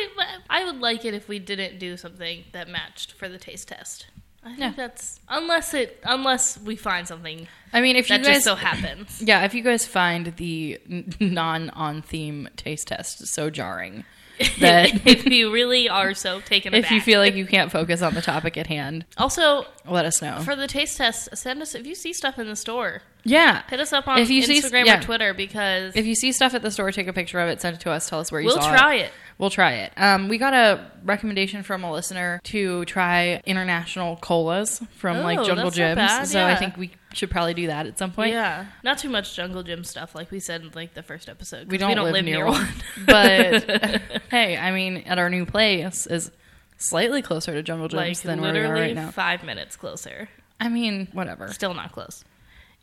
I would like it if we didn't do something that matched for the taste test. I think
Yeah.
that's unless it unless we find something
I mean, if you
that
guys
just so happens. [laughs]
yeah, if you guys find the non on theme taste test so jarring, [laughs] that
if you really are so
[laughs]
taken
if you
aback.
feel like you can't focus on the topic at hand,
also
let us know.
for the taste test, send us if you see stuff in the store.
yeah.
Hit us up on
If you see-
Instagram
yeah.
or Twitter because
If you see stuff at the store, take a picture of it, send it to us, tell us where you
we'll
saw
try it.
We'll try it. Um, we got a recommendation from a listener to try international colas from like
Oh,
Jungle
that's not
Gyms.
bad,
so I
yeah.
think we should probably do that at some point.
Yeah, not too much jungle gym stuff, like we said in like the first episode. 'cause
We don't, live, near, one. [laughs] [laughs]
[laughs]
but hey, I mean, at our new place is slightly closer to Jungle Gyms
like
than where we
literally
are right now.
five minutes closer.
I mean, whatever.
Still not close.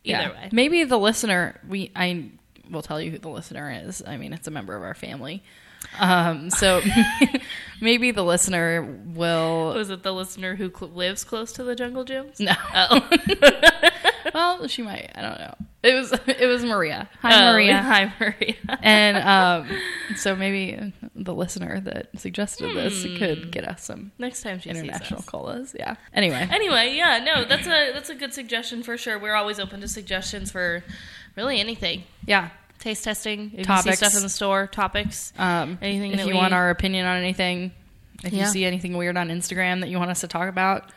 Either way,
Maybe the listener, we I will tell you who the listener is. I mean, it's a member of our family. Um,
[laughs]
so [laughs] maybe the listener will
was it the listener who cl- lives close to the jungle
[laughs]
gyms?
no.
Oh,
Well, she might. I don't know. It was it was Maria. Hi
Oh,
Maria. [laughs]
[laughs] Hi Maria.
And um, so maybe the listener that suggested this could get us some
Next time she
international
sees us.
colas. Yeah. Anyway.
Anyway, yeah, no, that's a that's a good suggestion for sure. We're always open to suggestions for really anything.
Yeah.
Taste testing, if you
Topics.
see stuff in the store, topics.
Um,
Anything
if
that
you
we-
want our opinion on anything, if you
Yeah.
see anything weird on Instagram that you want us to talk about,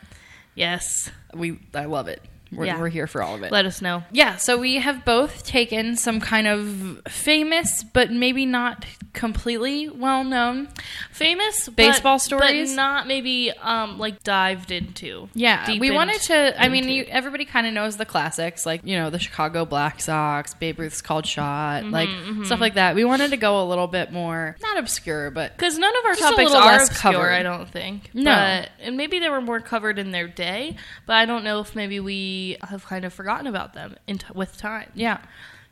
Yes,
we I love it. We're,
Yeah.
we're here for all of it.
let us know.
yeah, so we have both taken some kind of famous, but maybe not completely well known.
Famous but-
Baseball
but
stories?
not maybe um like dived into.
Yeah,
deep
we
into-
wanted to. I mean,
into.
you, everybody kind of knows the classics, like you know the Chicago Black Sox, Babe Ruth's called shot,
Mm-hmm,
like stuff like that. We wanted to go a little bit more, not obscure, but
Because none of our
Just a
topics
little
are
less
obscure,
covered.
I don't think.
No.
But, and maybe they were more covered in their day, but I don't know if maybe we have kind of forgotten about them in t- with time.
yeah,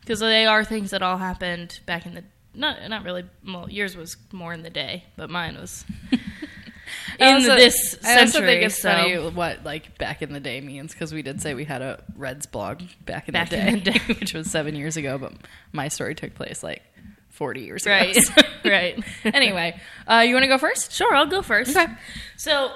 Because they are things that all happened back in the. Not, not really. Well, yours was more in the day, but mine
[laughs]
was in
I also-
this century.
I also think it's
so
funny what like back in the day means because we did say we had a Reds blog back in
Back
the day,
in the day.
[laughs] which was seven years ago, but my story took place like forty years [laughs]
Right. [laughs]
ago. so-
right.
anyway, uh, you want to go first?
Sure, I'll go first.
Okay.
So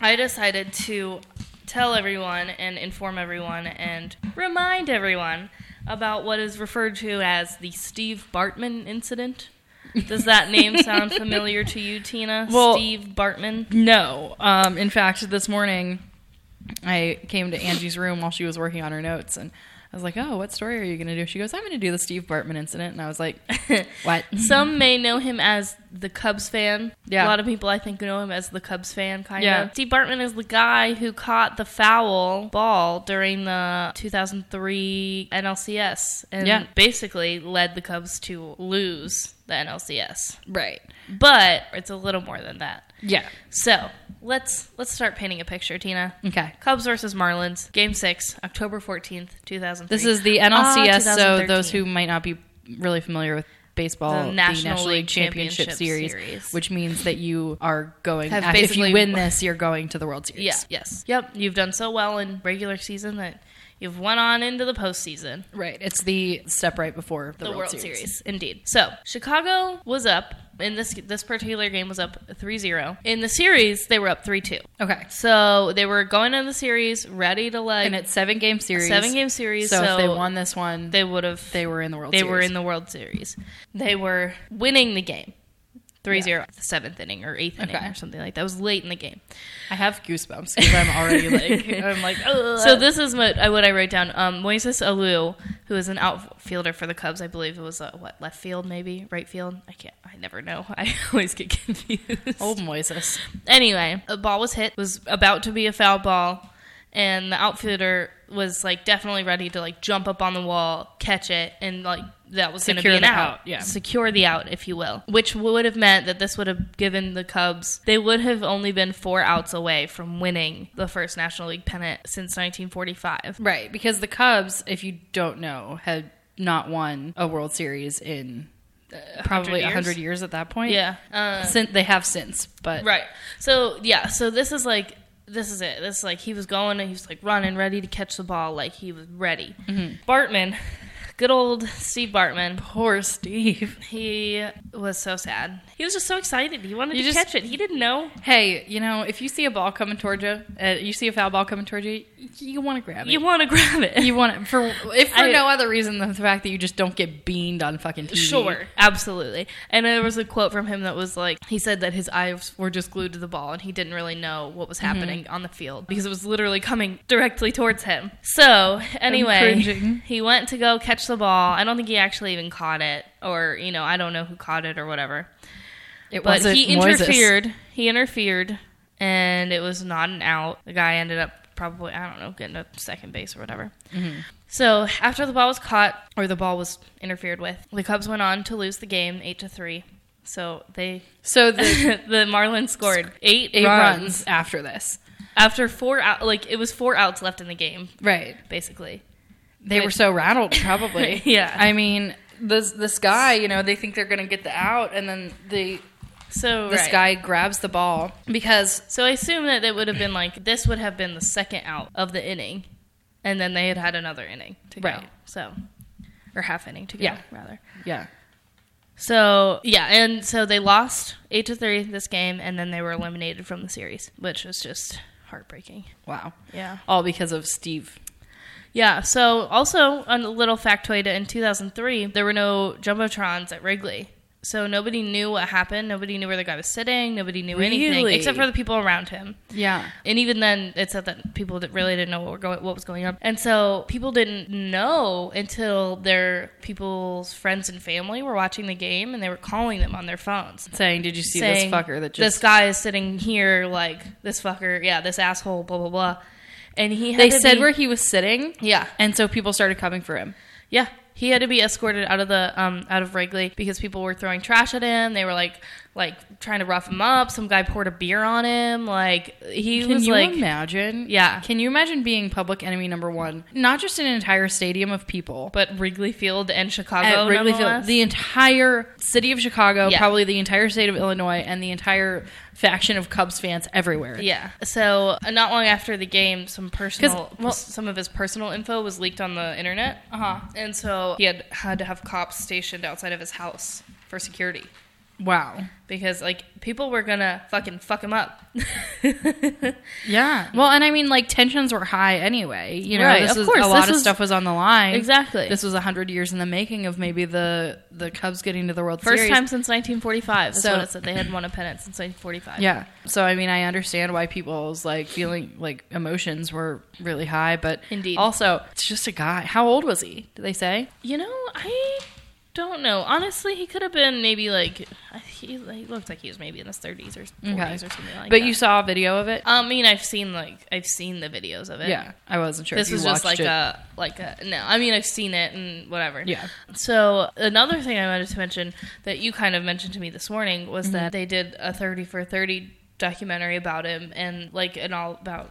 I decided to tell everyone and inform everyone and remind everyone about what is referred to as the Steve Bartman incident. Does that name
[laughs]
sound familiar to you, Tina?
Well-
Steve
[laughs]
Bartman?
No. Um, in fact, this morning I came to Angie's room while she was working on her notes and I was like, oh, what story are you going to do? She goes, I'm going to do the Steve Bartman incident. And I was like, [laughs] what?
Some may know him as the Cubs fan.
Mm-hmm. Yeah.
A lot of people, I think, know him as the Cubs fan, kind
Yeah.
of. Steve Bartman is the guy who caught the foul ball during the 2003 NLCS and
Yeah.
basically led the Cubs to lose the NLCS.
right.
But it's a little more than that.
Yeah.
So let's let's start painting a picture, Tina.
Okay.
Cubs versus Marlins, Game Six, October 14th, 2003.
This is the NLCS,
Ah,
so those
2013.
who might not be really familiar with baseball,
The
the National,
National
League,
League
Championship,
Championship
series,
Series.
which means that you are going.
Have
if you
basically-
win this, you're going to the World Series.
Yes. Yes. Yep. You've done so well in regular season that you've went on into the postseason.
right. It's the step right before the,
The, World, series. indeed. So Chicago was up in this this particular game was up 3-0. In the series, they were up three two.
Okay,
So they were going into the series ready to like
and it's seven game series.
seven game series.
So, if they won this one, they,
they would have they,
were in the World.
they
series.
were in the World Series. They were winning the game. 3-0 the seventh inning or eighth inning
Okay.
or something like that. It was late in the [laughs] game.
I have goosebumps because I'm already like
[laughs]
I'm like oh.
So this is what I what I wrote down. Um, Moises Alou, who is an outfielder for the Cubs, I believe it was uh, what left field, maybe right field. I can't. I never know. [laughs] I always get confused.
old Moises.
Anyway, a ball was hit. Was about to be a foul ball, and the outfielder was like definitely ready to like jump up on the wall, catch it, and like that was going to
Secure
be an
the
out.
out, yeah.
Secure the out, if you will. Which would have meant that this would have given the Cubs. They would have only been four outs away from winning the first National League pennant since 1945.
Right, because the Cubs, if you don't know, had not won a World Series in uh, probably
100 years?
100 years at that point.
Yeah. Uh,
Since they have since, but
Right. So yeah. So this is like this is it.
Mm-hmm.
This is like he was going and he was like running, ready to catch the ball, like he was ready. Bartman Good old Steve Bartman.
Poor Steve.
He was so sad. He was just so excited. He wanted
You
to
just-
catch it. He didn't know.
Hey, you know, if you see a ball coming toward you, uh, you see a foul ball coming toward you, y- you want to grab it.
You want to grab it.
You want it for if for
I-
no other reason than the fact that you just don't get beamed on fucking TV.
Sure, absolutely. And there was a quote from him that was like, he said that his eyes were just glued to the ball and he didn't really know what was happening on the field because it was literally coming directly towards him. So, anyway,
cringing.
he went to go catch the ball. I don't think he actually even caught it, or, you know, I don't know who caught it or whatever.
It
But
wasn't
he
Moises.
interfered. He interfered, and it was not an out. The guy ended up probably, I don't know, getting to second base or whatever.
Mm-hmm.
So after the ball was caught, or the ball was interfered with, the Cubs went on to lose the game eight to three. So they, [laughs]
So the
the Marlins scored eight,
eight
runs.
runs after this.
after four out. Like it was four outs left in the game,
Right.
basically.
They were so rattled, [laughs] probably.
Yeah.
I mean, this this guy, you know, they think they're gonna get the out, and then the
So
this
right.
guy grabs the ball because
So I assume that it would have been like this would have been the second out of the inning, and then they had had another inning to go.
Right.
So, or half inning to go,
Yeah.
rather.
yeah,
So yeah, and so they lost eight to three this game, and then they were eliminated from the series, which was just heartbreaking.
wow,
Yeah.
all because of Steve.
Yeah. So also a little factoid: in 2003, there were no jumbotrons at Wrigley. So nobody knew what happened. Nobody knew where the guy was sitting. Nobody knew anything
Really?
except for the people around him.
Yeah,
And even then, it said that people did, really didn't know what, were going, what was going on. And so people didn't know until their people's friends and family were watching the game and they were calling them on their phones.
saying, "Did you see
saying,
this fucker that
This
just?"
guy is sitting here, like, this fucker, yeah, this asshole, blah, blah, blah. And he had
they
to
said
be-
where he was sitting,
Yeah,
and so people started coming for him.
yeah. He had to be escorted out of the um out of Wrigley because people were throwing trash at him. They were like like trying to rough him up. Some guy poured a beer on him. Like he
Can
was
you
like
imagine?
Yeah.
Can you imagine being public enemy number one? Not just an entire stadium of people, but
but Wrigley Field and Chicago.
at Wrigley Field,
nonetheless.
the entire city of Chicago,
Yeah.
probably the entire state of Illinois, and the entire faction of Cubs fans everywhere.
yeah. So uh, not long after the game, some personal,
well-
some of his personal info was leaked on the internet,
Uh huh.
and so he had had to have cops stationed outside of his house for security
Wow.
because like people were gonna fucking fuck him up.
Yeah. Well, and I mean, like tensions were high anyway. You know,
Right,
this
of
was,
course,
a lot
this
of
was-
stuff was on the line.
[laughs] exactly.
This was hundred years in the making of maybe the the Cubs getting to the World
First
Series.
time since 1945 is
So-
what it said. They had won a pennant since 1945.
Yeah. So I mean, I understand why people's like feeling like emotions were really high, but
Indeed.
also it's just a guy. How old was he? Did they say?
You know, I don't know. Honestly, he could have been maybe like uh, he, he looked like he was maybe in his 30s or 40s or something like that.
but you saw a video of it.
I mean, I've seen like I've seen the videos of it.
yeah, I wasn't sure.
This
if you
was just
watched
like
it.
a like a no. I mean, I've seen it and whatever.
Yeah.
So another thing I wanted to mention that you kind of mentioned to me this morning
Mm-hmm.
was that they did a thirty for thirty documentary about him and like and all about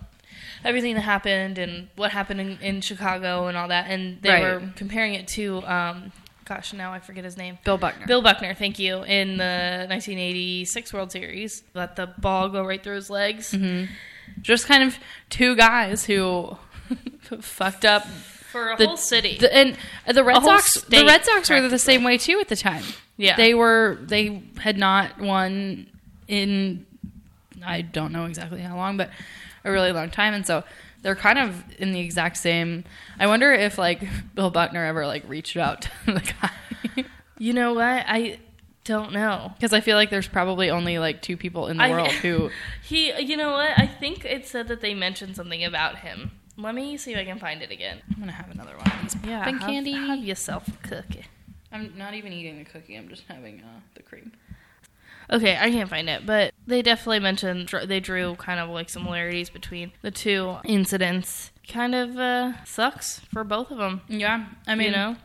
everything that happened and what happened in, in Chicago and all that. And they
Right.
were comparing it to um, gosh, now I forget his name.
Bill Buckner.
Bill Buckner, thank you. In the 1986 World Series, let the ball go right through his legs.
Mm-hmm. just kind of two guys who [laughs] fucked up
for a
The-
whole city.
The, and the
A
Red
whole
Sox, the
state,
Red Sox were the same way too at the time.
Yeah.
they were. They had not won in I don't know exactly how long, but a really long time, and so they're kind of in the exact same. I wonder if like [laughs] Bill Buckner ever like reached out to [laughs] the guy
you know what? I don't know.
because I feel like there's probably only like two people in the
I- [laughs]
world who
He, you know what? I think it said that they mentioned something about him. Let me see if I can find it again.
I'm gonna have another one of these
Yeah,
popping
have,
candy.
Have yourself a cookie.
I'm not even eating the cookie. I'm just having uh, the cream.
Okay, I can't find it, but they definitely mentioned dr- they drew kind of like similarities between the two incidents. Kind of uh, sucks for both of them.
Yeah, I mean,
you know,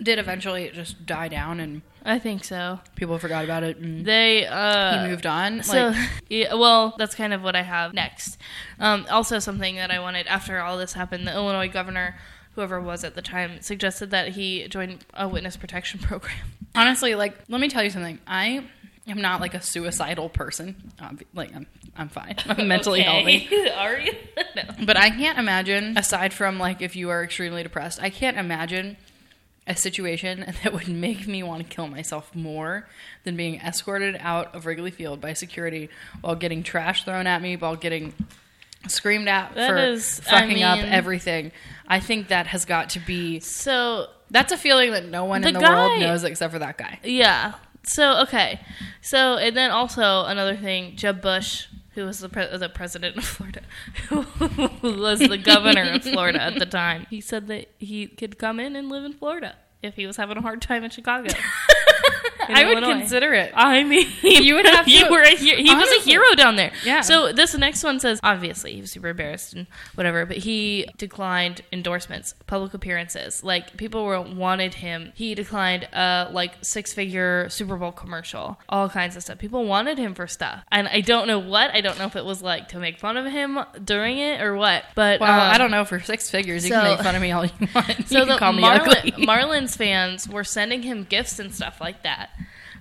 did eventually it just die down and
I think so.
people forgot about it and
They uh,
he moved on.
So,
like,
yeah, well, that's kind of what I have next. Um, also, something that I wanted after all this happened, the Illinois governor, whoever was at the time, suggested that he join a witness protection [laughs] program.
honestly, like, let me tell you something. I am not like a suicidal person. Obvi- like, I'm, I'm fine. [laughs] I'm mentally healthy.
[laughs] Are you? no.
But I can't imagine, aside from like if you are extremely depressed, I can't imagine a situation [laughs] that would make me want to kill myself more than being escorted out of Wrigley Field by security while getting trash thrown at me, while getting screamed at
That
for
is- I
fucking up
mean-
everything. I think that has got to be
So
that's a feeling that no one in
The
the
guy-
world knows except for that
[laughs]
guy.
yeah. So okay. So and then also another thing, Jeb Bush, who was the pre- the president of Florida, who [laughs] was the governor of Florida at the time, he said that he could come in and live in Florida if he was having a hard time in
[laughs]
Chicago. In
I would
Illinois.
consider it.
I
[laughs]
mean, you
would have
You
to-
were a he- he was a
Honestly.
hero down there.
Yeah.
So this next one says obviously he was super embarrassed and whatever, but he declined endorsements, public appearances. Like people were wanted him. He declined a like six figure Super Bowl commercial, all kinds of stuff. People wanted him for stuff, and I don't know what. I don't know if it was like to make fun of him during it or what. But
Well,
um,
I don't know. For six figures, you
so-
can make fun of me all you want. [laughs]
so
you
the
can call me
Marlin-
ugly. [laughs]
Marlins fans were sending him gifts and stuff like that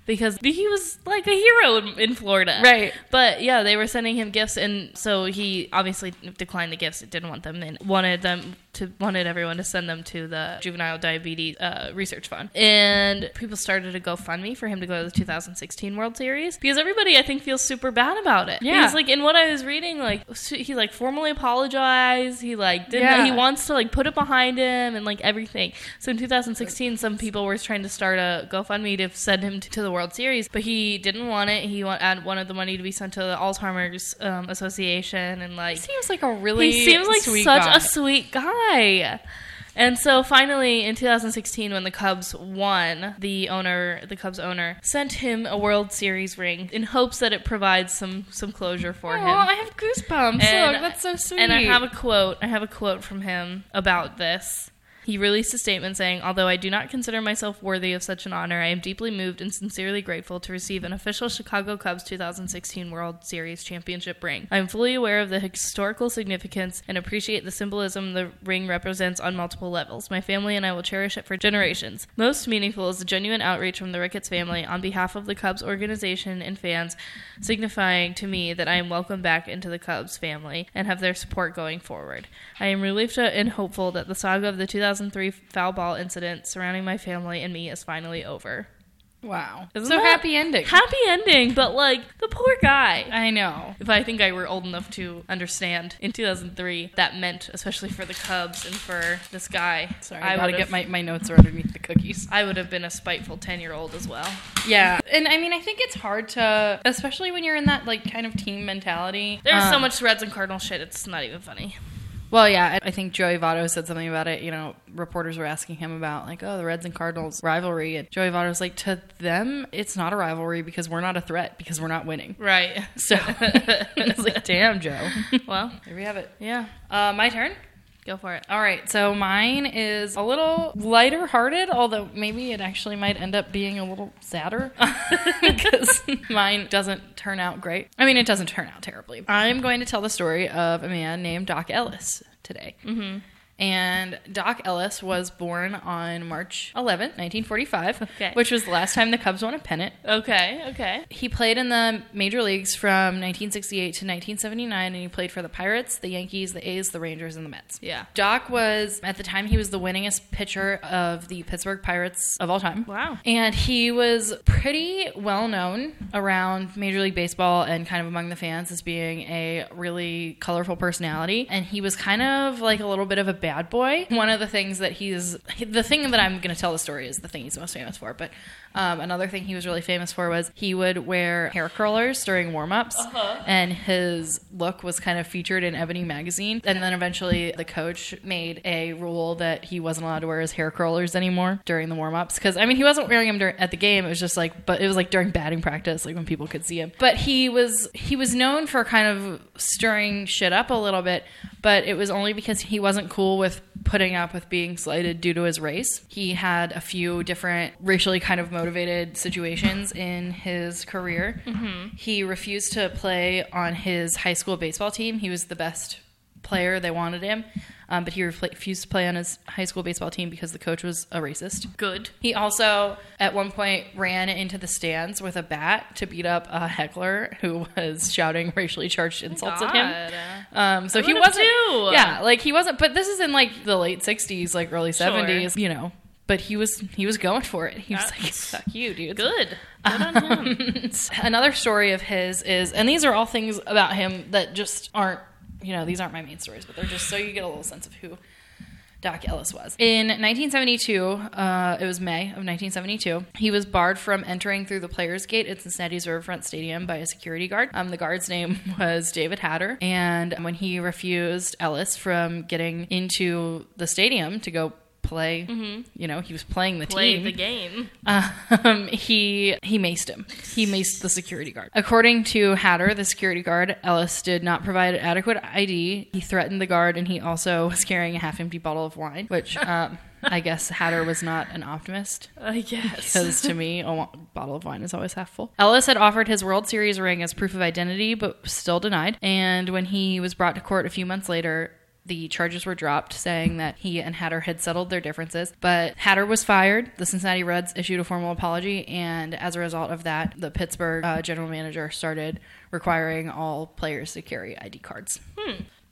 because he was like a hero in, in Florida.
Right.
But yeah, they were sending him gifts and so he obviously declined the gifts. Didn't want them and wanted them to wanted everyone to send them to the juvenile diabetes uh, research fund. And people started a GoFundMe for him to go to the 2016 World Series because everybody I think feels super bad about it.
Yeah.
Because like in what I was reading like he like formally apologized, he like didn't
Yeah.
he wants to like put it behind him and like everything. So in 2016, some people were trying to start a GoFundMe to send him to the World Series, but he didn't want it. He wa- had- wanted the money to be sent to the Alzheimer's um, Association and like
seems like a really
he seems like
sweet
such
guy.
a sweet guy. And so finally, in 2016, when the Cubs won, the owner, the Cubs owner, sent him a World Series ring in hopes that it provides some some closure for him.
Oh, I have goosebumps.
And-
Look, that's so sweet.
And I have a quote. I have a quote from him about this. He released a statement saying, Although I do not consider myself worthy of such an honor, I am deeply moved and sincerely grateful to receive an official Chicago Cubs 2016 World Series championship ring. I am fully aware of the historical significance and appreciate the symbolism the ring represents on multiple levels. My family and I will cherish it for generations. Most meaningful is the genuine outreach from the Ricketts family on behalf of the Cubs organization and fans, signifying to me that I am welcome back into the Cubs family and have their support going forward. I am relieved and hopeful that the saga of the 2003 foul ball incident surrounding my family and me is finally over.
wow.
Isn't
so
that-
happy ending.
Happy ending, but like the poor guy.
I know.
If I think I were old enough to understand in 2003, that meant, especially for the Cubs and for this guy.
Sorry,
I
I gotta
would've-
get my, my notes are underneath the cookies.
I would have been a spiteful 10 year old as well.
Yeah. And I mean, I think it's hard to, especially when you're in that like kind of team mentality.
There's so
Um,
much Reds and Cardinal shit, it's not even funny.
Well, yeah, I I think Joey Votto said something about it. You know, reporters were asking him about like, oh, the Reds and Cardinals rivalry, and Joey Votto's like, to them, it's not a rivalry because we're not a threat because we're not winning.
[laughs] Right.
[laughs] So it's like, damn, [laughs] Joe.
[laughs] Well,
There we have it.
yeah.
Uh, my turn.
Go for it.
All right, so mine is a little lighter hearted, although maybe it actually might end up being a little [laughs] sadder because mine doesn't turn out great. I mean, it doesn't turn out terribly. I'm going to tell the story of a man named Doc Ellis today. Mm-hmm. And Doc Ellis was born on March 11th, 1945,
Okay.
which was the last time the Cubs won a pennant.
Okay, okay.
He played in the major leagues from 1968 to 1979, and he played for the Pirates, the Yankees, the A's, the Rangers, and the Mets.
Yeah.
Doc was at the time he was the winningest pitcher of the Pittsburgh Pirates of all time.
Wow.
And he was pretty well known around Major League Baseball and kind of among the fans as being a really colorful personality. And he was kind of like a little bit of a bad boy. One of the things that he's the thing that I'm going to tell the story is the thing he's most famous for. But um, another thing he was really famous for was he would wear hair curlers during warm ups. And his look was kind of featured in Ebony magazine. And then eventually the coach made a rule that he wasn't allowed to wear his hair curlers anymore during the warm ups. Because, I mean, he wasn't wearing them during, at the game. It was just like, but it was like during batting practice, like when people could see him. But he was, he was known for kind of stirring shit up a little bit, but it was only because he wasn't cool with putting up with being slighted due to his race. He had a few different racially kind of motivated situations in his career. He refused to play on his high school baseball team. He was the best player, they wanted him, um, but he refla- refused to play on his high school baseball team because the coach was a racist.
Good.
He also, at one point, ran into the stands with a bat to beat up a heckler who [laughs] was shouting racially charged insults at
God.
him. Um, so he
would've
wasn't.
too.
Yeah, like he wasn't. But this is in like the late '60s, like early '70s. You know, But he was he was going for it. He was like,
That's
"Fuck you, dude."
Good. Good on him.
[laughs] Another story of his is, and these are all things about him that just aren't, you know, these aren't my main stories, but they're just so you get a little sense of who Doc Ellis was. In 1972, uh, it was May of 1972, he was barred from entering through the Players Gate at Cincinnati's Riverfront Stadium by a security guard. Um, the guard's name [laughs] was David Hatter, and when he refused Ellis from getting into the stadium to go play, you know, he was playing the
Mm-hmm. Play
team
the game.
um, he he maced him. He maced the security guard. According to Hatter, the security guard, Ellis did not provide adequate ID. He threatened the guard, and he also was carrying a half-empty bottle of wine, which um, I guess Hatter was not an optimist
I guess.
because to me, a wa- bottle of wine is always half full. Ellis had offered his World Series ring as proof of identity, but still denied. And when he was brought to court a few months later, the charges were dropped, saying that he and Hatter had settled their differences. But Hatter was fired. The Cincinnati Reds issued a formal apology, and as a result of that, the Pittsburgh uh, general manager started requiring all players to carry ID cards.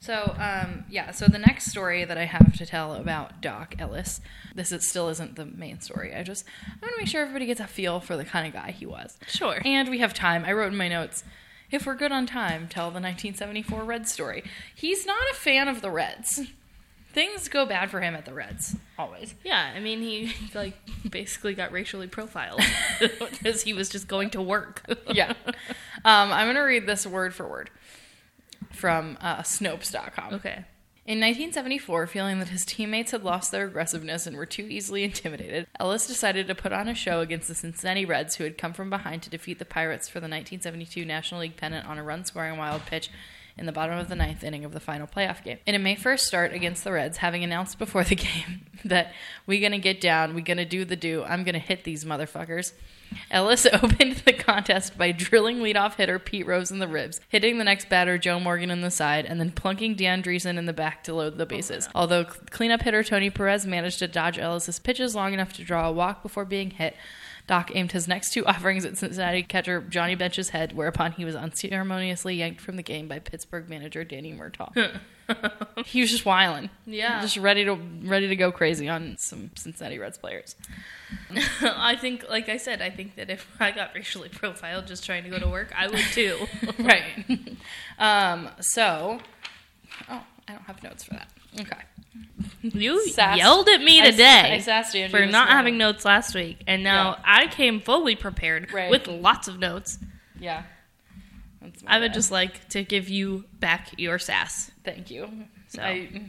So, um, yeah, so the next story that I have to tell about Doc Ellis, this is, still isn't the main story. I just, I want to make sure everybody gets a feel for the kind of guy he was.
Sure.
And we have time. I wrote in my notes, if we're good on time, tell the 1974 Reds story. He's not a fan of the Reds. Things go bad for him at the Reds, always.
[laughs] Yeah, I mean, he [laughs] like basically got racially profiled [laughs] because he was just going to work.
[laughs]
[laughs]
yeah. Um, I'm going to read this word for word from uh, Snopes.com.
Okay. [laughs]
In 1974, feeling that his teammates had lost their aggressiveness and were too easily intimidated, Ellis decided to put on a show against the Cincinnati Reds, who had come from behind to defeat the Pirates for the 1972 National League pennant on a run scoring wild pitch in the bottom of the ninth inning of the final playoff game. In a May 1st start against the Reds, having announced before the [laughs] game that we gonna get down, we gonna do the do, I'm gonna hit these motherfuckers. Ellis [laughs] opened the contest by drilling leadoff hitter Pete Rose in the ribs, hitting the next batter Joe Morgan in the side, and then plunking DeAndreessen in the back to load the bases. Although cl- cleanup hitter Tony Perez managed to dodge Ellis's pitches long enough to draw a walk before being hit, Doc aimed his next two [laughs] offerings at Cincinnati catcher Johnny Bench's head, whereupon he was unceremoniously yanked from the game by Pittsburgh manager Danny Murtaugh. [laughs] he was just wiling,
Yeah.
just ready to ready to go crazy on some Cincinnati Reds players.
I think, like I said, I think that if [laughs] I got racially profiled just trying to go to work, I would
[laughs]
too.
right. Um, so, oh, I don't have notes for that. Okay.
[laughs] you
Sass-
yelled at me
I s-
today
I sassed you
for
this
not
morning.
having notes last week, and now
Yeah.
I came fully prepared
Right.
with lots of notes.
Yeah. That's my
I would
bad.
just like to give you back your sass.
thank you.
So.
I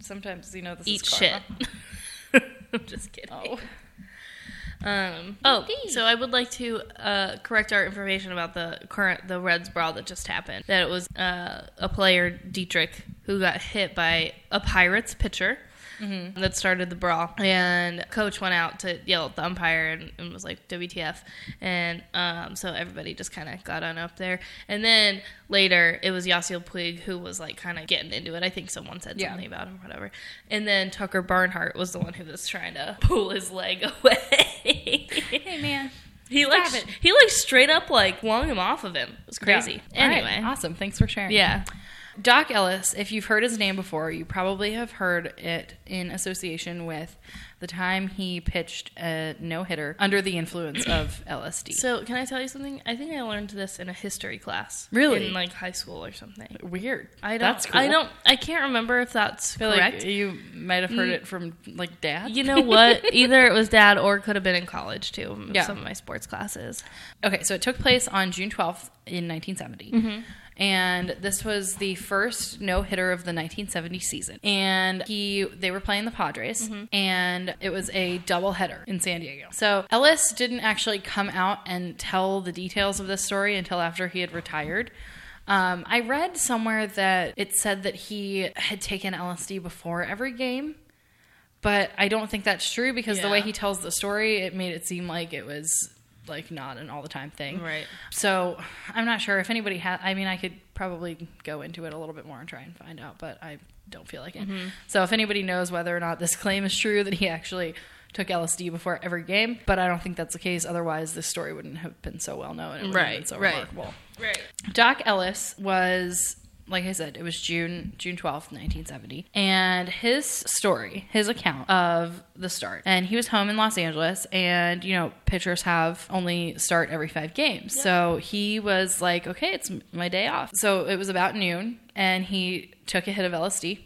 sometimes you know this
Eat
is
shit.
karma.
[laughs] I'm just kidding.
[laughs] Oh,
Um, oh, so I would like to uh, correct our information about the current the Reds brawl that just happened. That it was uh, a player Dietrich who got hit by a Pirates pitcher. That started the brawl, and coach went out to yell at the umpire and, and was like "WTF," and um, so everybody just kind of got on up there. And then later, it was Yasiel Puig who was like kind of getting into it. I think someone said
Yeah.
something about him, or whatever. And then Tucker Barnhart was the one who was trying to [laughs] pull his leg away. [laughs]
hey man.
He like
Stop it.
he like straight up like flung him off of him. It was crazy.
Yeah. All right.
Anyway,
awesome. Thanks for sharing.
yeah,
Doc Ellis, if you've heard his name before, you probably have heard it in association with the time he pitched a no hitter under the influence of LSD.
So can I tell you something? I think I learned this in a history class.
Really?
In like high school or something.
Weird.
I don't.
That's cool.
I don't. I can't remember if that's
feel
correct.
like you might have heard it from like dad.
you know [laughs]
[laughs]
what? Either it was dad or it could have been in college too.
Yeah.
Some of my sports classes.
Okay, so it took place on June 12th in 1970.
Mm-hmm.
And this was the first no-hitter of the 1970 season. And he they were playing the Padres and it was a doubleheader in San Diego. So Ellis didn't actually come out and tell the details of this story until after he had retired. Um, I read somewhere that it said that he had taken LSD before every game, but I don't think that's true because the way
Yeah.
he tells the story, it made it seem like it was like not an all the time thing.
Right.
So I'm not sure if anybody has. I mean, I could probably go into it a little bit more and try and find out, but I don't feel like it. So if anybody knows whether or not this claim is true that he actually took LSD before every game, but I don't think that's the case. Otherwise, this story wouldn't have been so well known. It wouldn't have been
Right,
so
right.
remarkable.
Right.
Doc Ellis was like I said, it was June June twelfth, nineteen seventy, and his story, his account of the start, and he was home in Los Angeles, and you know pitchers have only start every five games, so he was like, okay, it's my day off. So it was about noon, and he took a hit of LSD,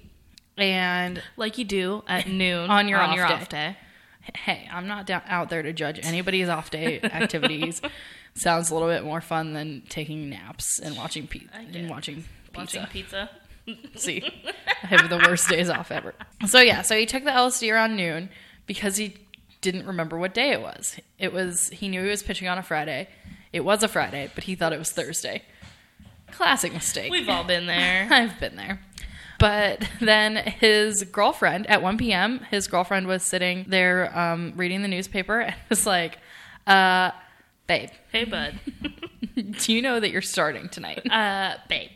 and
Like you do
[laughs]
at noon
On your off day.
day.
hey, I'm not down, out there to judge anybody's off day activities. Sounds a little bit more fun than taking naps and watching pe- and watching pizza.
Watching pizza.
See, [laughs] I have the worst days off ever. So yeah, so he took the LSD around noon because he didn't remember what day it was. It was he knew he was pitching on a Friday. It was a Friday, but he thought it was Thursday. Classic mistake.
We've all been there.
[laughs] I've been there. But [laughs] then his girlfriend at 1 p.m., his girlfriend was sitting there um, reading the newspaper [laughs] and was like, uh, babe, [laughs]
Hey, bud.
do you know that you're starting tonight?
Uh, babe.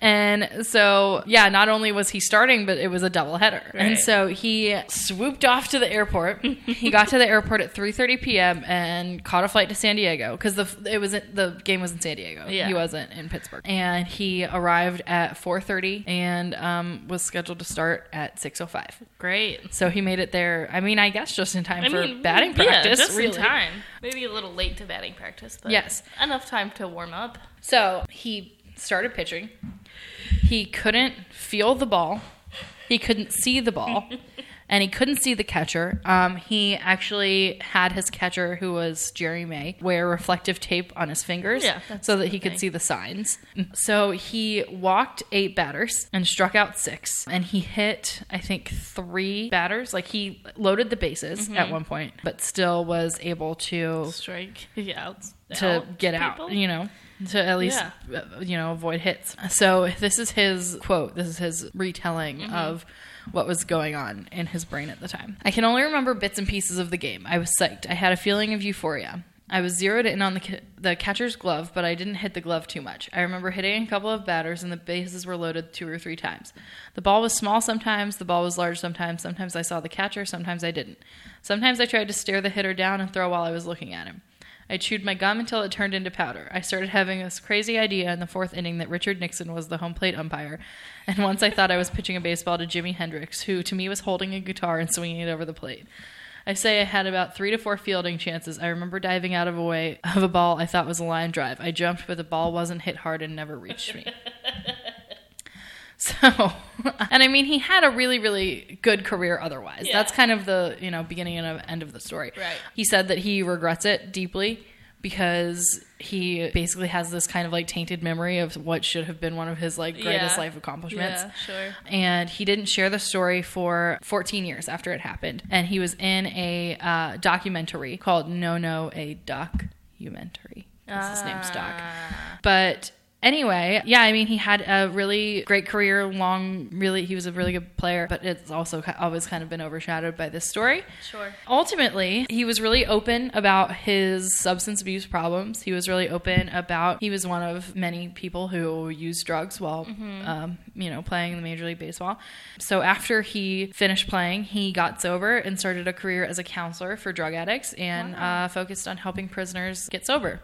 And so, yeah, not only was he starting, but it was a doubleheader. And
Right.
so he swooped off to the
[laughs]
airport. he got to the airport at 3:30 p.m. and caught a flight to San Diego because the it was the game was in San Diego.
Yeah.
He wasn't in Pittsburgh. And he arrived at 4:30 and um, was scheduled to start at 6:05.
Great.
So he made it there. I mean, I guess just in time
I
for
mean,
batting
yeah,
practice.
just
really.
in time. Maybe a little late to batting practice, but
Yes.
enough time to warm up.
So he started pitching. He couldn't feel the ball. He couldn't see the
[laughs]
ball. And he couldn't see the catcher. Um, he actually had his catcher, who was Jerry May, wear reflective tape on his fingers
Yeah, that's
so that he could see the signs. So he walked eight batters and struck out six. And he hit, I think, three batters. Like he loaded the bases
Mm-hmm.
at one point, but still was able to
Strike. Yeah.
to get out, you know, to at least uh, you know avoid hits. So this is his quote. This is his retelling of what was going on in his brain at the time. I can only remember bits and pieces of the game. I was psyched. I had a feeling of euphoria. I was zeroed in on the, ca- the catcher's glove, but I didn't hit the glove too much. I remember hitting a couple of batters, and the bases were loaded two or three times. The ball was small sometimes, the ball was large sometimes. Sometimes I saw the catcher, sometimes I didn't. Sometimes I tried to stare the hitter down and throw while I was looking at him. I chewed my gum until it turned into powder. I started having this crazy idea in the fourth inning that Richard Nixon was the home plate umpire. And once I thought I was pitching a baseball to Jimi Hendrix, who to me was holding a guitar and swinging it over the plate. I say I had about three to four fielding chances. I remember diving out of a way of a ball I thought was a line drive. I jumped, but the ball wasn't hit hard and never reached me. [laughs] So, and I mean, he had a really, really good career otherwise. That's kind of the, you know, beginning and end of the story.
Right.
He said that he regrets it deeply because he basically has this kind of like tainted memory of what should have been one of his like greatest
Yeah.
life accomplishments
Yeah, sure.
and he didn't share the story for 14 years after it happened. And he was in a uh, documentary called No No a Documentary. That's his name's Doc. But anyway, yeah, I mean, he had a really great career, long, really, he was a really good player, but it's also ki- always kind of been overshadowed by this story.
Sure.
Ultimately, he was really open about his substance abuse problems. He was really open about he was one of many people who used drugs while,
Mm-hmm.
um, you know, playing in the Major League Baseball. So after he finished playing, he got sober and started a career as a counselor for drug addicts and uh, focused on helping prisoners get sober.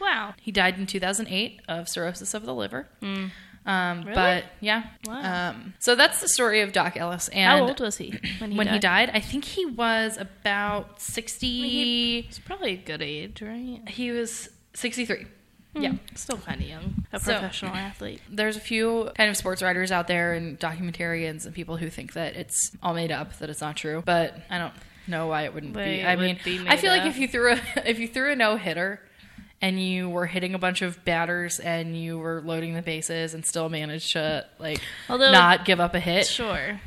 Wow.
He died in 2008 of cirrhosis of the liver. Um, But yeah,
Wow.
um, so that's the story of Doc Ellis. And
How old was he when he
when
died?
he died, I think he was about 60. he,
It's probably a good age, right? Hmm.
was 63. Yeah.
Still kind of young. A
So-
professional athlete.
There's a few kind of sports writers out there and documentarians and people who think that it's all made up, that it's not true, but I don't know why it wouldn't
Why
be.
it
I
would
mean,
be
I feel
made
like
up.
if you threw a [laughs] if you threw a no-hitter and you were hitting a bunch of batters and you were loading the bases and still managed to like
Although-
not give up a hit.
Sure.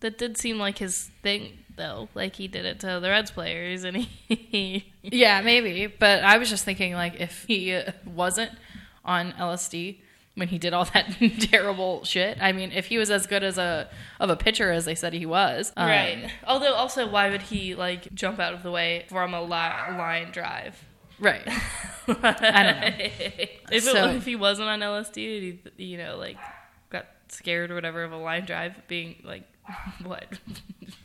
That did seem like his thing, though. Like he did it to the Reds players, and he.
Yeah, maybe. But I was just thinking, like, if he uh, wasn't on LSD when he did all [laughs] that terrible shit, I mean, if he was as good as a of a pitcher as they said he was, um,
right. Although, also, why would he like jump out of the way from a li- line drive? [laughs]
Right.
Uh-huh. I
don't know.
if,
So-
it, if he wasn't on LSD, and he, you know, like got scared or whatever of a line drive being like [laughs] what,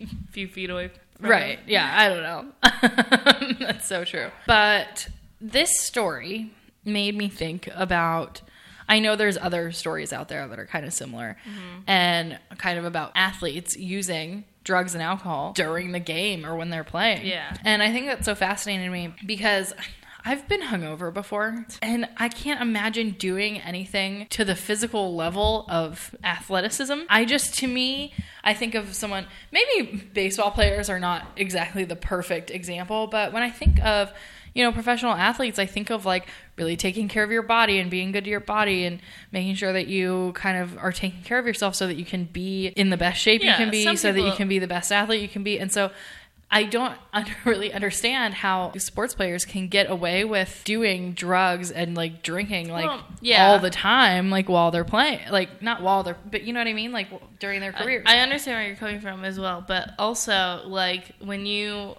a few feet away. From
Right.
him.
Yeah, I [laughs] don't know. That's so true. But this story made me think about I know there's other stories out there that are kind of similar
Mm-hmm.
and kind of about athletes using drugs and alcohol during the game or when they're playing.
Yeah.
And I think that's so fascinating to me because I've been hungover before and I can't imagine doing anything to the physical level of athleticism. I just, to me, I think of someone, maybe baseball players are not exactly the perfect example, but when I think of, you know, professional athletes, I think of like really taking care of your body and being good to your body and making sure that you kind of are taking care of yourself so that you can be in the best shape you
Yeah,
can be,
some
so that you
people-
can be the best athlete you can be. And so I don't [laughs] under, really understand how sports players can get away with doing drugs and like drinking like
Well, yeah.
all the time, like while they're playing, like not while they're, but you know what I mean? Like w- during their careers.
I, I understand where you're coming from as well, but also like when you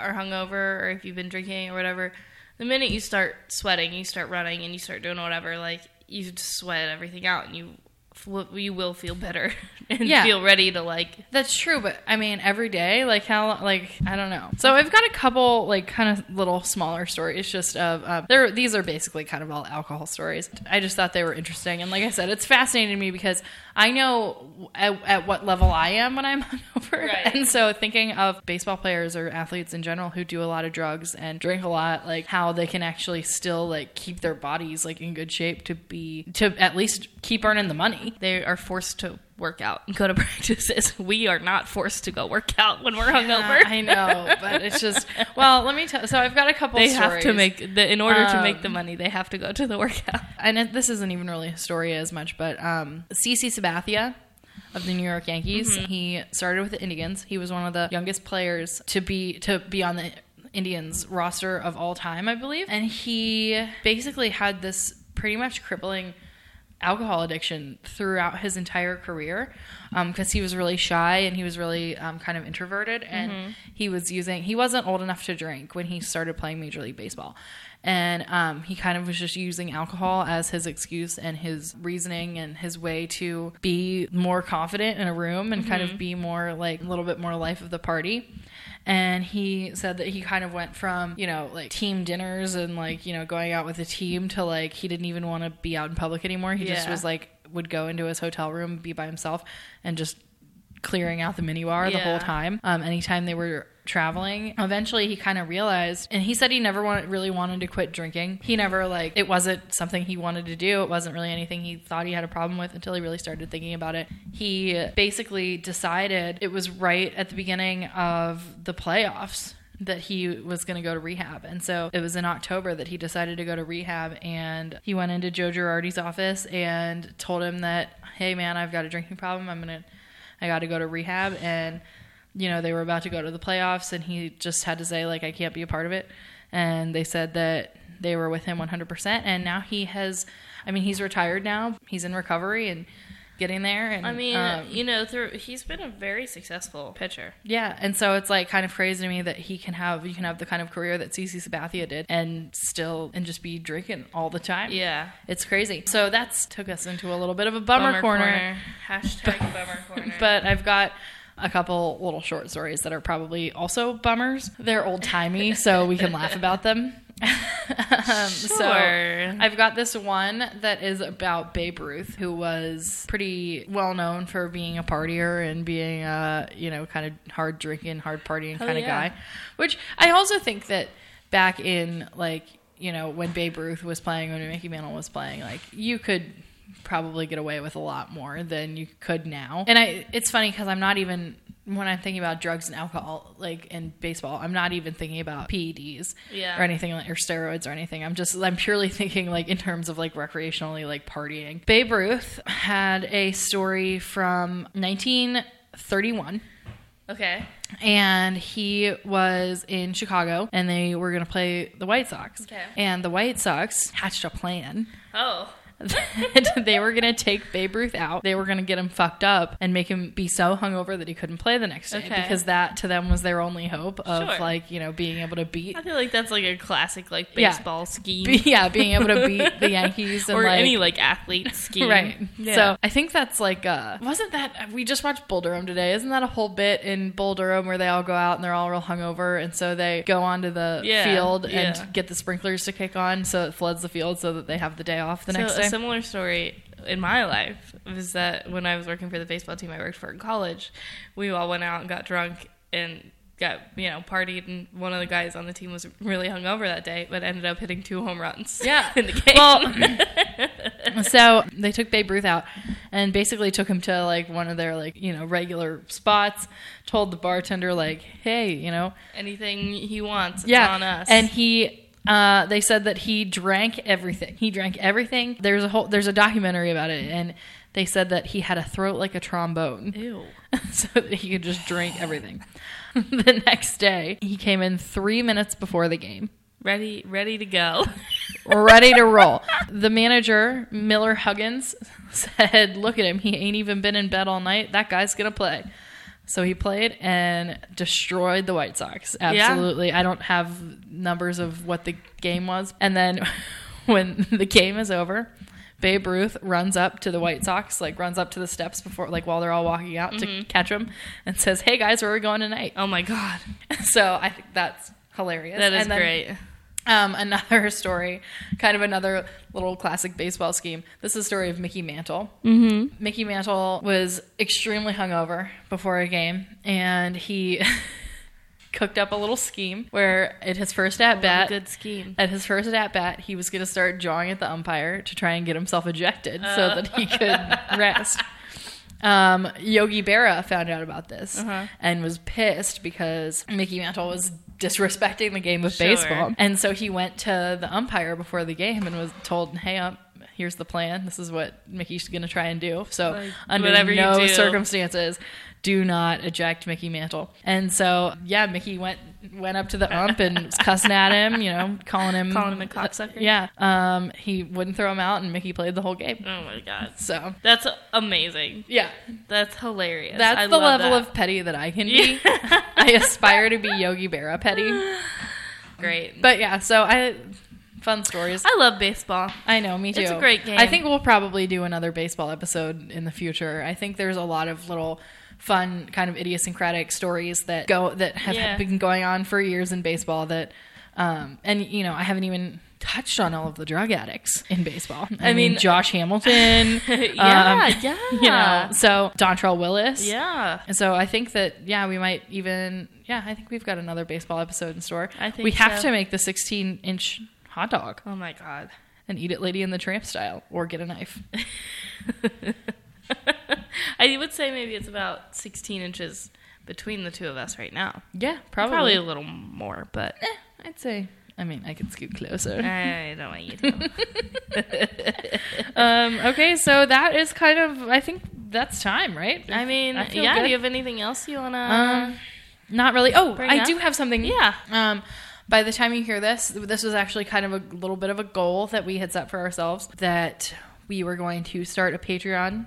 are hungover or if you've been drinking or whatever, the minute you start sweating, you start running and you start doing whatever, like you just sweat everything out and you fl- you will feel better [laughs] and
Yeah.
feel ready to like
That's true, but I mean, every day, like how, like I don't know. So I've got a couple, like kind of little smaller stories, just of um, there. These are basically kind of all alcohol stories. I just thought they were interesting, and like I said, it's fascinating to me because I know at, at what level I am when I'm [laughs] hungover,
Right.
and so thinking of baseball players or athletes in general who do a lot of drugs and drink a lot, like how they can actually still like keep their bodies like in good shape to be to at least keep earning the money.
they are forced to work out and go to [laughs] practices. We are not forced to go work out when we're hungover.
Yeah, I know, but it's
[laughs]
just well. Let me tell. So I've got a couple.
they
stories.
have to make the in order to make the
Um,
money, they have to go to the workout.
and it, this isn't even really a story as much, but um, CC Sabathia of the New York Yankees, he started with the Indians. He was one of the youngest players to be to be on the Indians roster of all time, I believe. And he basically had this pretty much crippling alcohol addiction throughout his entire career because he was really shy and he was really um, kind of introverted and he was using he wasn't old enough to drink when he started playing major league baseball and um, he kind of was just using alcohol as his excuse and his reasoning and his way to be more confident in a room and kind of be more like a little bit more life of the party and he said that he kind of went from you know like team dinners and like you know going out with the team to like he didn't even want to be out in public anymore he just
Yeah.
was like would go into his hotel room be by himself and just clearing out the mini bar the whole
Yeah.
time um, anytime they were traveling eventually he kind of realized and he said he never wanted, really wanted to quit drinking he never like it wasn't something he wanted to do it wasn't really anything he thought he had a problem with until he really started thinking about it he basically decided it was right at the beginning of the playoffs that he was going to go to rehab. And so it was in October that he decided to go to rehab and he went into Joe Girardi's office and told him that, "Hey man, I've got a drinking problem. I'm going to I got to go to rehab." And you know, they were about to go to the playoffs and he just had to say like I can't be a part of it. And they said that they were with him 100% and now he has I mean, he's retired now. He's in recovery and getting there and
I mean,
um,
you know, through he's been a very successful pitcher.
Yeah, and so it's like kind of crazy to me that he can have you can have the kind of career that CC Sabathia did and still and just be drinking all the time.
Yeah.
It's crazy. So that's took us into a little bit of a bummer, corner,
Hashtag [laughs] bummer corner.
but I've got a couple little short stories that are probably also bummers. They're old timey, so we can laugh about them. um,
Sure.
So I've got this one that is about Babe Ruth, who was pretty well known for being a partier and being a you know kind of hard drinking, hard partying kind of
yeah.
guy. [laughs] Which I also think that back in like you know when Babe Ruth was playing, when Mickey Mantle was playing, like you could probably get away with a lot more than you could now. And I, it's funny because I'm not even when I'm thinking about drugs and alcohol, like in baseball, I'm not even thinking about PEDs
Yeah.
or anything like or steroids or anything. I'm just I'm purely [laughs] thinking like in terms of like recreationally like partying. Babe Ruth had a story from 1931
okay.
and he was in Chicago and they were going to play the White Sox.
Okay.
And the White Sox hatched a plan [laughs]
Oh.
that they were going to take Babe Ruth out. They were going to get him fucked up and make him be so hungover that he couldn't play the next day
Okay.
because that to them was their only hope of
Sure.
like, you know, being able to beat
[laughs]
[laughs]
I feel like that's like a classic like
Yeah.
baseball scheme [laughs]
yeah, being able to beat the Yankees and
or
like
any like [laughs] athlete scheme.
Right.
Yeah.
So I think that's like uh wasn't that we just watched Bull Durham today? Isn't that a whole bit in Bull Durham where they all go out and they're all real hungover and so they go onto the
Yeah,
field
yeah.
and get the sprinklers to kick on so it floods the field so that they have the day off the
So
next day. say. [laughs]
a similar story in my life was that when I was working for the baseball team I worked for in college, we all went out and got drunk and got you know partied, and one of the guys on the team was really hungover that day, but ended up hitting two home runs. [laughs]
Yeah.
in the
[laughs]
game. [laughs]
so they took Babe Ruth out and basically took him to like one of their like, you know, regular spots, told the bartender like, "Hey, you know,
anything he wants, it's
yeah,
on us.
And he, uh, they said that he drank everything. He drank everything. There's a whole, there's a documentary about it, and they said that he had a throat like a trombone, [laughs]
ew,
so that he could just drink everything. [laughs] the next day, he came in three minutes before the game
ready, ready to go.
[laughs] ready to roll. The manager, Miller Huggins, [laughs] said, Look at him. He ain't even been in bed all night. That guy's going to play. So he played and destroyed the White Sox. Absolutely. I don't have numbers of what the game was. And then [laughs] when the game is over, Babe Ruth runs up to the White Sox, like runs up to the steps before, like while they're all walking out to catch him, and says, "Hey guys, where are we going tonight?"
[laughs] Mm-hmm. oh my god,
So I think that's hilarious.
that is
And then-
great.
um, another [laughs] story, kind of another little classic baseball scheme. This is the story of Mickey Mantle. Mm-hmm. Mickey Mantle was extremely hungover before a game, and he [laughs] cooked up a little scheme where at his first at bat,
Good scheme.
at his first at bat, he was going to start jawing at the umpire to try and get himself ejected
Uh.
so that he could [laughs] rest. Um, Yogi Berra found out about this
Uh-huh.
and was pissed because Mickey Mantle was disrespecting the game of
Sure.
baseball. And so he went to the umpire before the game and was told, hey, ump, here's the plan. This is what Mickey's going to try and do. So
Like,
under
whatever you
no
do.
circumstances do not eject Mickey Mantle. And so, yeah, Mickey went went up to the ump and was cussing at him, you know, calling him
Calling him a cocksucker?
Yeah. Um, he wouldn't throw him out and Mickey played the whole game.
Oh my god,
So,
that's amazing.
yeah.
That's hilarious.
That's
I
the
love
level
that.
of petty that I can be. [laughs] I aspire to be Yogi Berra petty.
great.
But yeah, so I fun stories.
I love baseball.
I know, me too.
It's a great game.
I think we'll probably do another baseball episode in the future. I think there's a lot of little fun kind of idiosyncratic stories that go that have
Yeah.
been going on for years in baseball that um and you know, I haven't even touched on all of the drug addicts in baseball. I, mean,
mean-
Josh Hamilton.
[laughs] Yeah,
um, [laughs] You
yeah.
know, so Dontrell Willis.
Yeah.
And so I think that yeah, we might even yeah, I think we've got another baseball episode in store.
I think
we have
so.
to make the 16 inch hot dog
Oh my god.
and eat it Lady in the Tramp style or get a knife.
[laughs] I would say maybe it's about 16 inches between the two of us right now.
[laughs] Yeah,
Probably,
probably.
a little more,
[laughs]
but
I'd say. I mean, I could scoot closer.
I don't want you to.
um, okay, so that is kind of, I think that's time, right?
I mean,
I feel
yeah.
good.
Do you have anything else you wanna?
Um, not really. Oh,
Bring
I
up?
do have something.
Yeah.
Um, by the time you hear this, this was actually kind of a little bit of a goal that we had set for ourselves that we were going to start a Patreon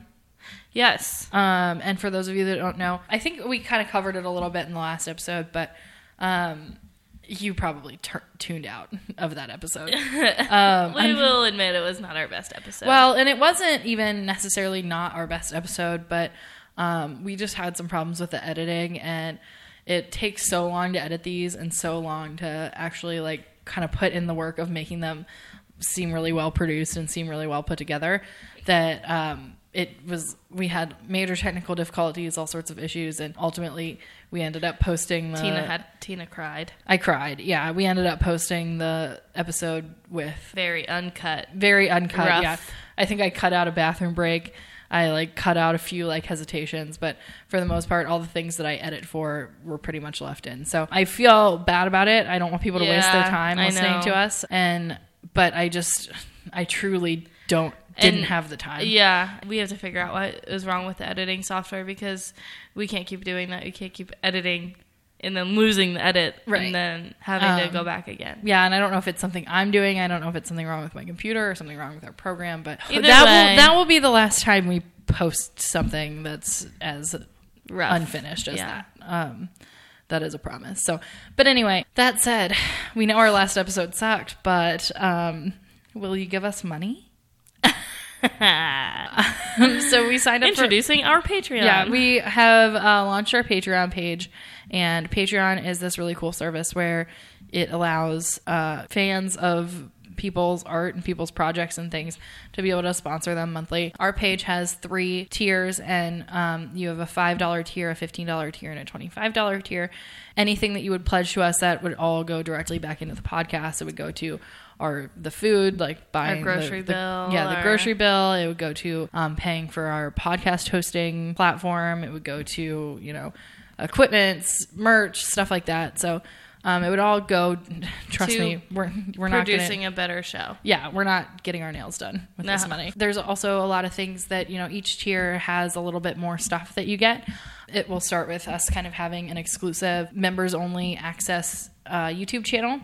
yes.
Um, and for those of you that don't know, I think we kind of covered it a little bit in the last episode, but um, you probably tur tuned out of that episode. um,
We will admit it was not our best episode.
well, and it wasn't even necessarily not our best episode, but um, we just had some problems with the editing, and it takes so long to edit these and so long to actually like kind of put in the work of making them seem really well produced and seem really well put together that um, it was we had major technical difficulties, all sorts of issues, and ultimately we ended up posting the
Tina had Tina cried.
I cried. Yeah, we ended up posting the episode with
Very uncut.
very uncut.
Rough.
Yeah, I think I cut out a bathroom break. I like cut out a few like hesitations, but for the most part, all the things that I edit for were pretty much left in. So I feel bad about it. I don't want people to waste their
Yeah,
time
I
listening
know.
to us, and but I just I truly don't didn't
And-
have the time.
Yeah, we have to figure out what is wrong with the editing software because we can't keep doing that. We can't keep editing and then losing the edit
Right.
and then having
Um,
to go back again.
Yeah, and I don't know if it's something I'm doing. I don't know if it's something wrong with my computer or something wrong with our program, but
Either
that
way.
will that will be the last time we post something that's as
Rough. [laughs]
unfinished as
Yeah.
that. Um, that is a promise. So, but anyway, that said, we know our last episode sucked, but um, will you give us money? [laughs] so we signed up for
Introducing our Patreon.
yeah, we have uh, launched our Patreon page, and Patreon is this really cool service where it allows uh, fans of people's art and people's projects and things to be able to sponsor them monthly. Our page has three tiers, and um, you have a $5 tier, a $15 tier, and a $25 tier. Anything that you would pledge to us at would all go directly back into the podcast. It would go to our the food, like buying the-
grocery
the-
bill
Yeah, the
or-
grocery bill. It would go to um, paying for our podcast hosting platform. It would go to you know equipments, merch, stuff like that. So um, it would all go. Trust
To
me, we're we're not gonna-
producing a better show.
yeah, we're not getting our nails done with this
No.
money. There's also a lot of things that, you know, each tier has a little bit more stuff that you get. It will start with us kind of having an exclusive members only access uh, YouTube channel.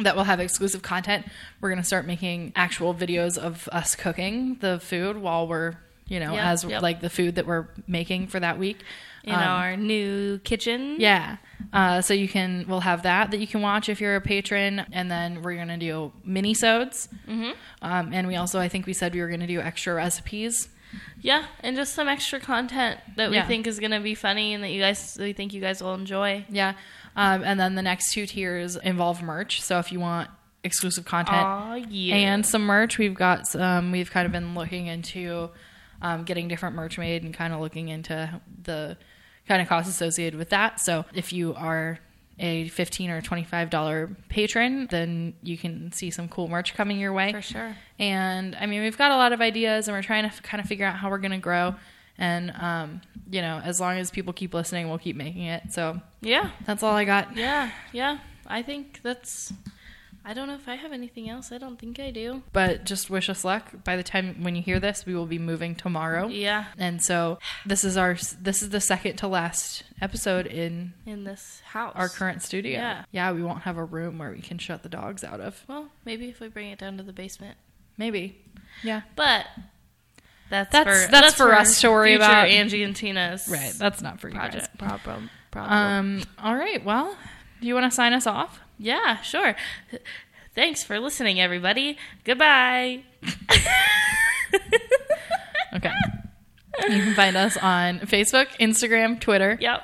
That will have exclusive content. We're going to start making actual videos of us cooking the food while we're, you know,
Yep,
as
yep.
like the food that we're making for that week. Um,
In our new kitchen.
Yeah. Uh, so you can, we'll have that that you can watch if you're a patron, and then we're gonna do mini sodes, mm-hmm. um, and we also, I think we said we were gonna do extra recipes.
Yeah, and just some extra content that
Yeah.
we think is going to be funny and that you guys we think you guys will enjoy.
Yeah, um, and then the next two tiers involve merch. So if you want exclusive content
Aw, yeah.
and some merch, we've got some. We've kind of been looking into um, getting different merch made and kind of looking into the kind of costs associated with that. So if you are a fifteen or twenty five dollar patron, then you can see some cool merch coming your way
for sure.
and I mean, we've got a lot of ideas, and we're trying to f- kind of figure out how we're going to grow. And um, you know, as long as people keep listening, we'll keep making it. So
Yeah.
that's all I got.
Yeah. Yeah. I think that's I don't know if I have anything else. I don't think I do.
But just wish us luck. By the time when you hear this, we will be moving tomorrow.
Yeah.
And so this is our s- this is the second to last episode in
In this house.
our current studio.
Yeah.
Yeah, we won't have a room where we can shut the dogs out of.
Well, maybe if we bring it down to the basement.
Maybe. Yeah.
But that's
That's-
for,
that's for us to worry
future
about.
Angie and Tina's
Right. That's not for you guys.
project problem problem.
Um all right. Well, do you want to sign us off?
yeah, sure. Thanks for listening, everybody. Goodbye.
[laughs] Okay. You can find us on Facebook, Instagram, Twitter
Yep.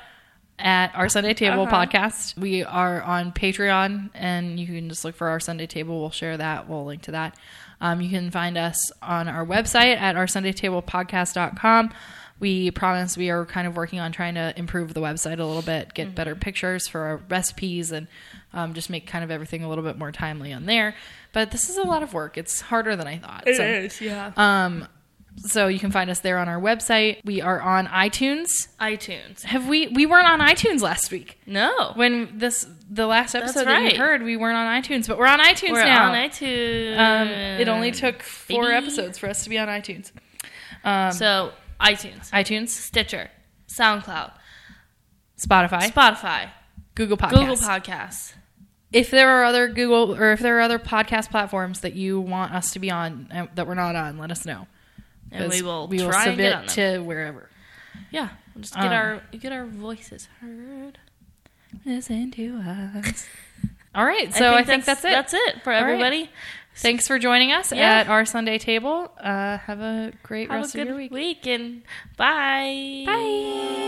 at Our Sunday Table
Uh-huh.
Podcast. We are on Patreon, and you can just look for Our Sunday Table. We'll share that. We'll link to that. Um, you can find us on our website at oursundaytablepodcast.com. We promise we are kind of working on trying to improve the website a little bit, get better pictures for our recipes, and um, just make kind of everything a little bit more timely on there. But this is a lot of work. It's harder than I thought. so. um,
yeah.
So you can find us there on our website. We are on iTunes.
iTunes.
Have we? We weren't on iTunes last week.
No.
When this the last episode that
right.
you heard, we weren't on iTunes, but we're on iTunes
We're
now.
on iTunes.
Um, it only took four
Baby.
episodes for us to be on iTunes. Um,
so iTunes,
iTunes,
Stitcher, SoundCloud,
Spotify,
Spotify,
Google Podcasts.
Google Podcasts.
if there are other Google or if there are other podcast platforms that you want us to be on uh, that we're not on, let us know.
And
'Cause
we will
we will
try
submit
and get on them.
to wherever.
yeah, we'll just get
Um,
our get our voices heard.
Listen to us. All right, so I think, that's, it.
That's it for
All right.
everybody.
Thanks for joining us
Yeah.
at our Sunday table. Uh, have a great
Have
rest
a good
of your week.
week and bye.
Bye.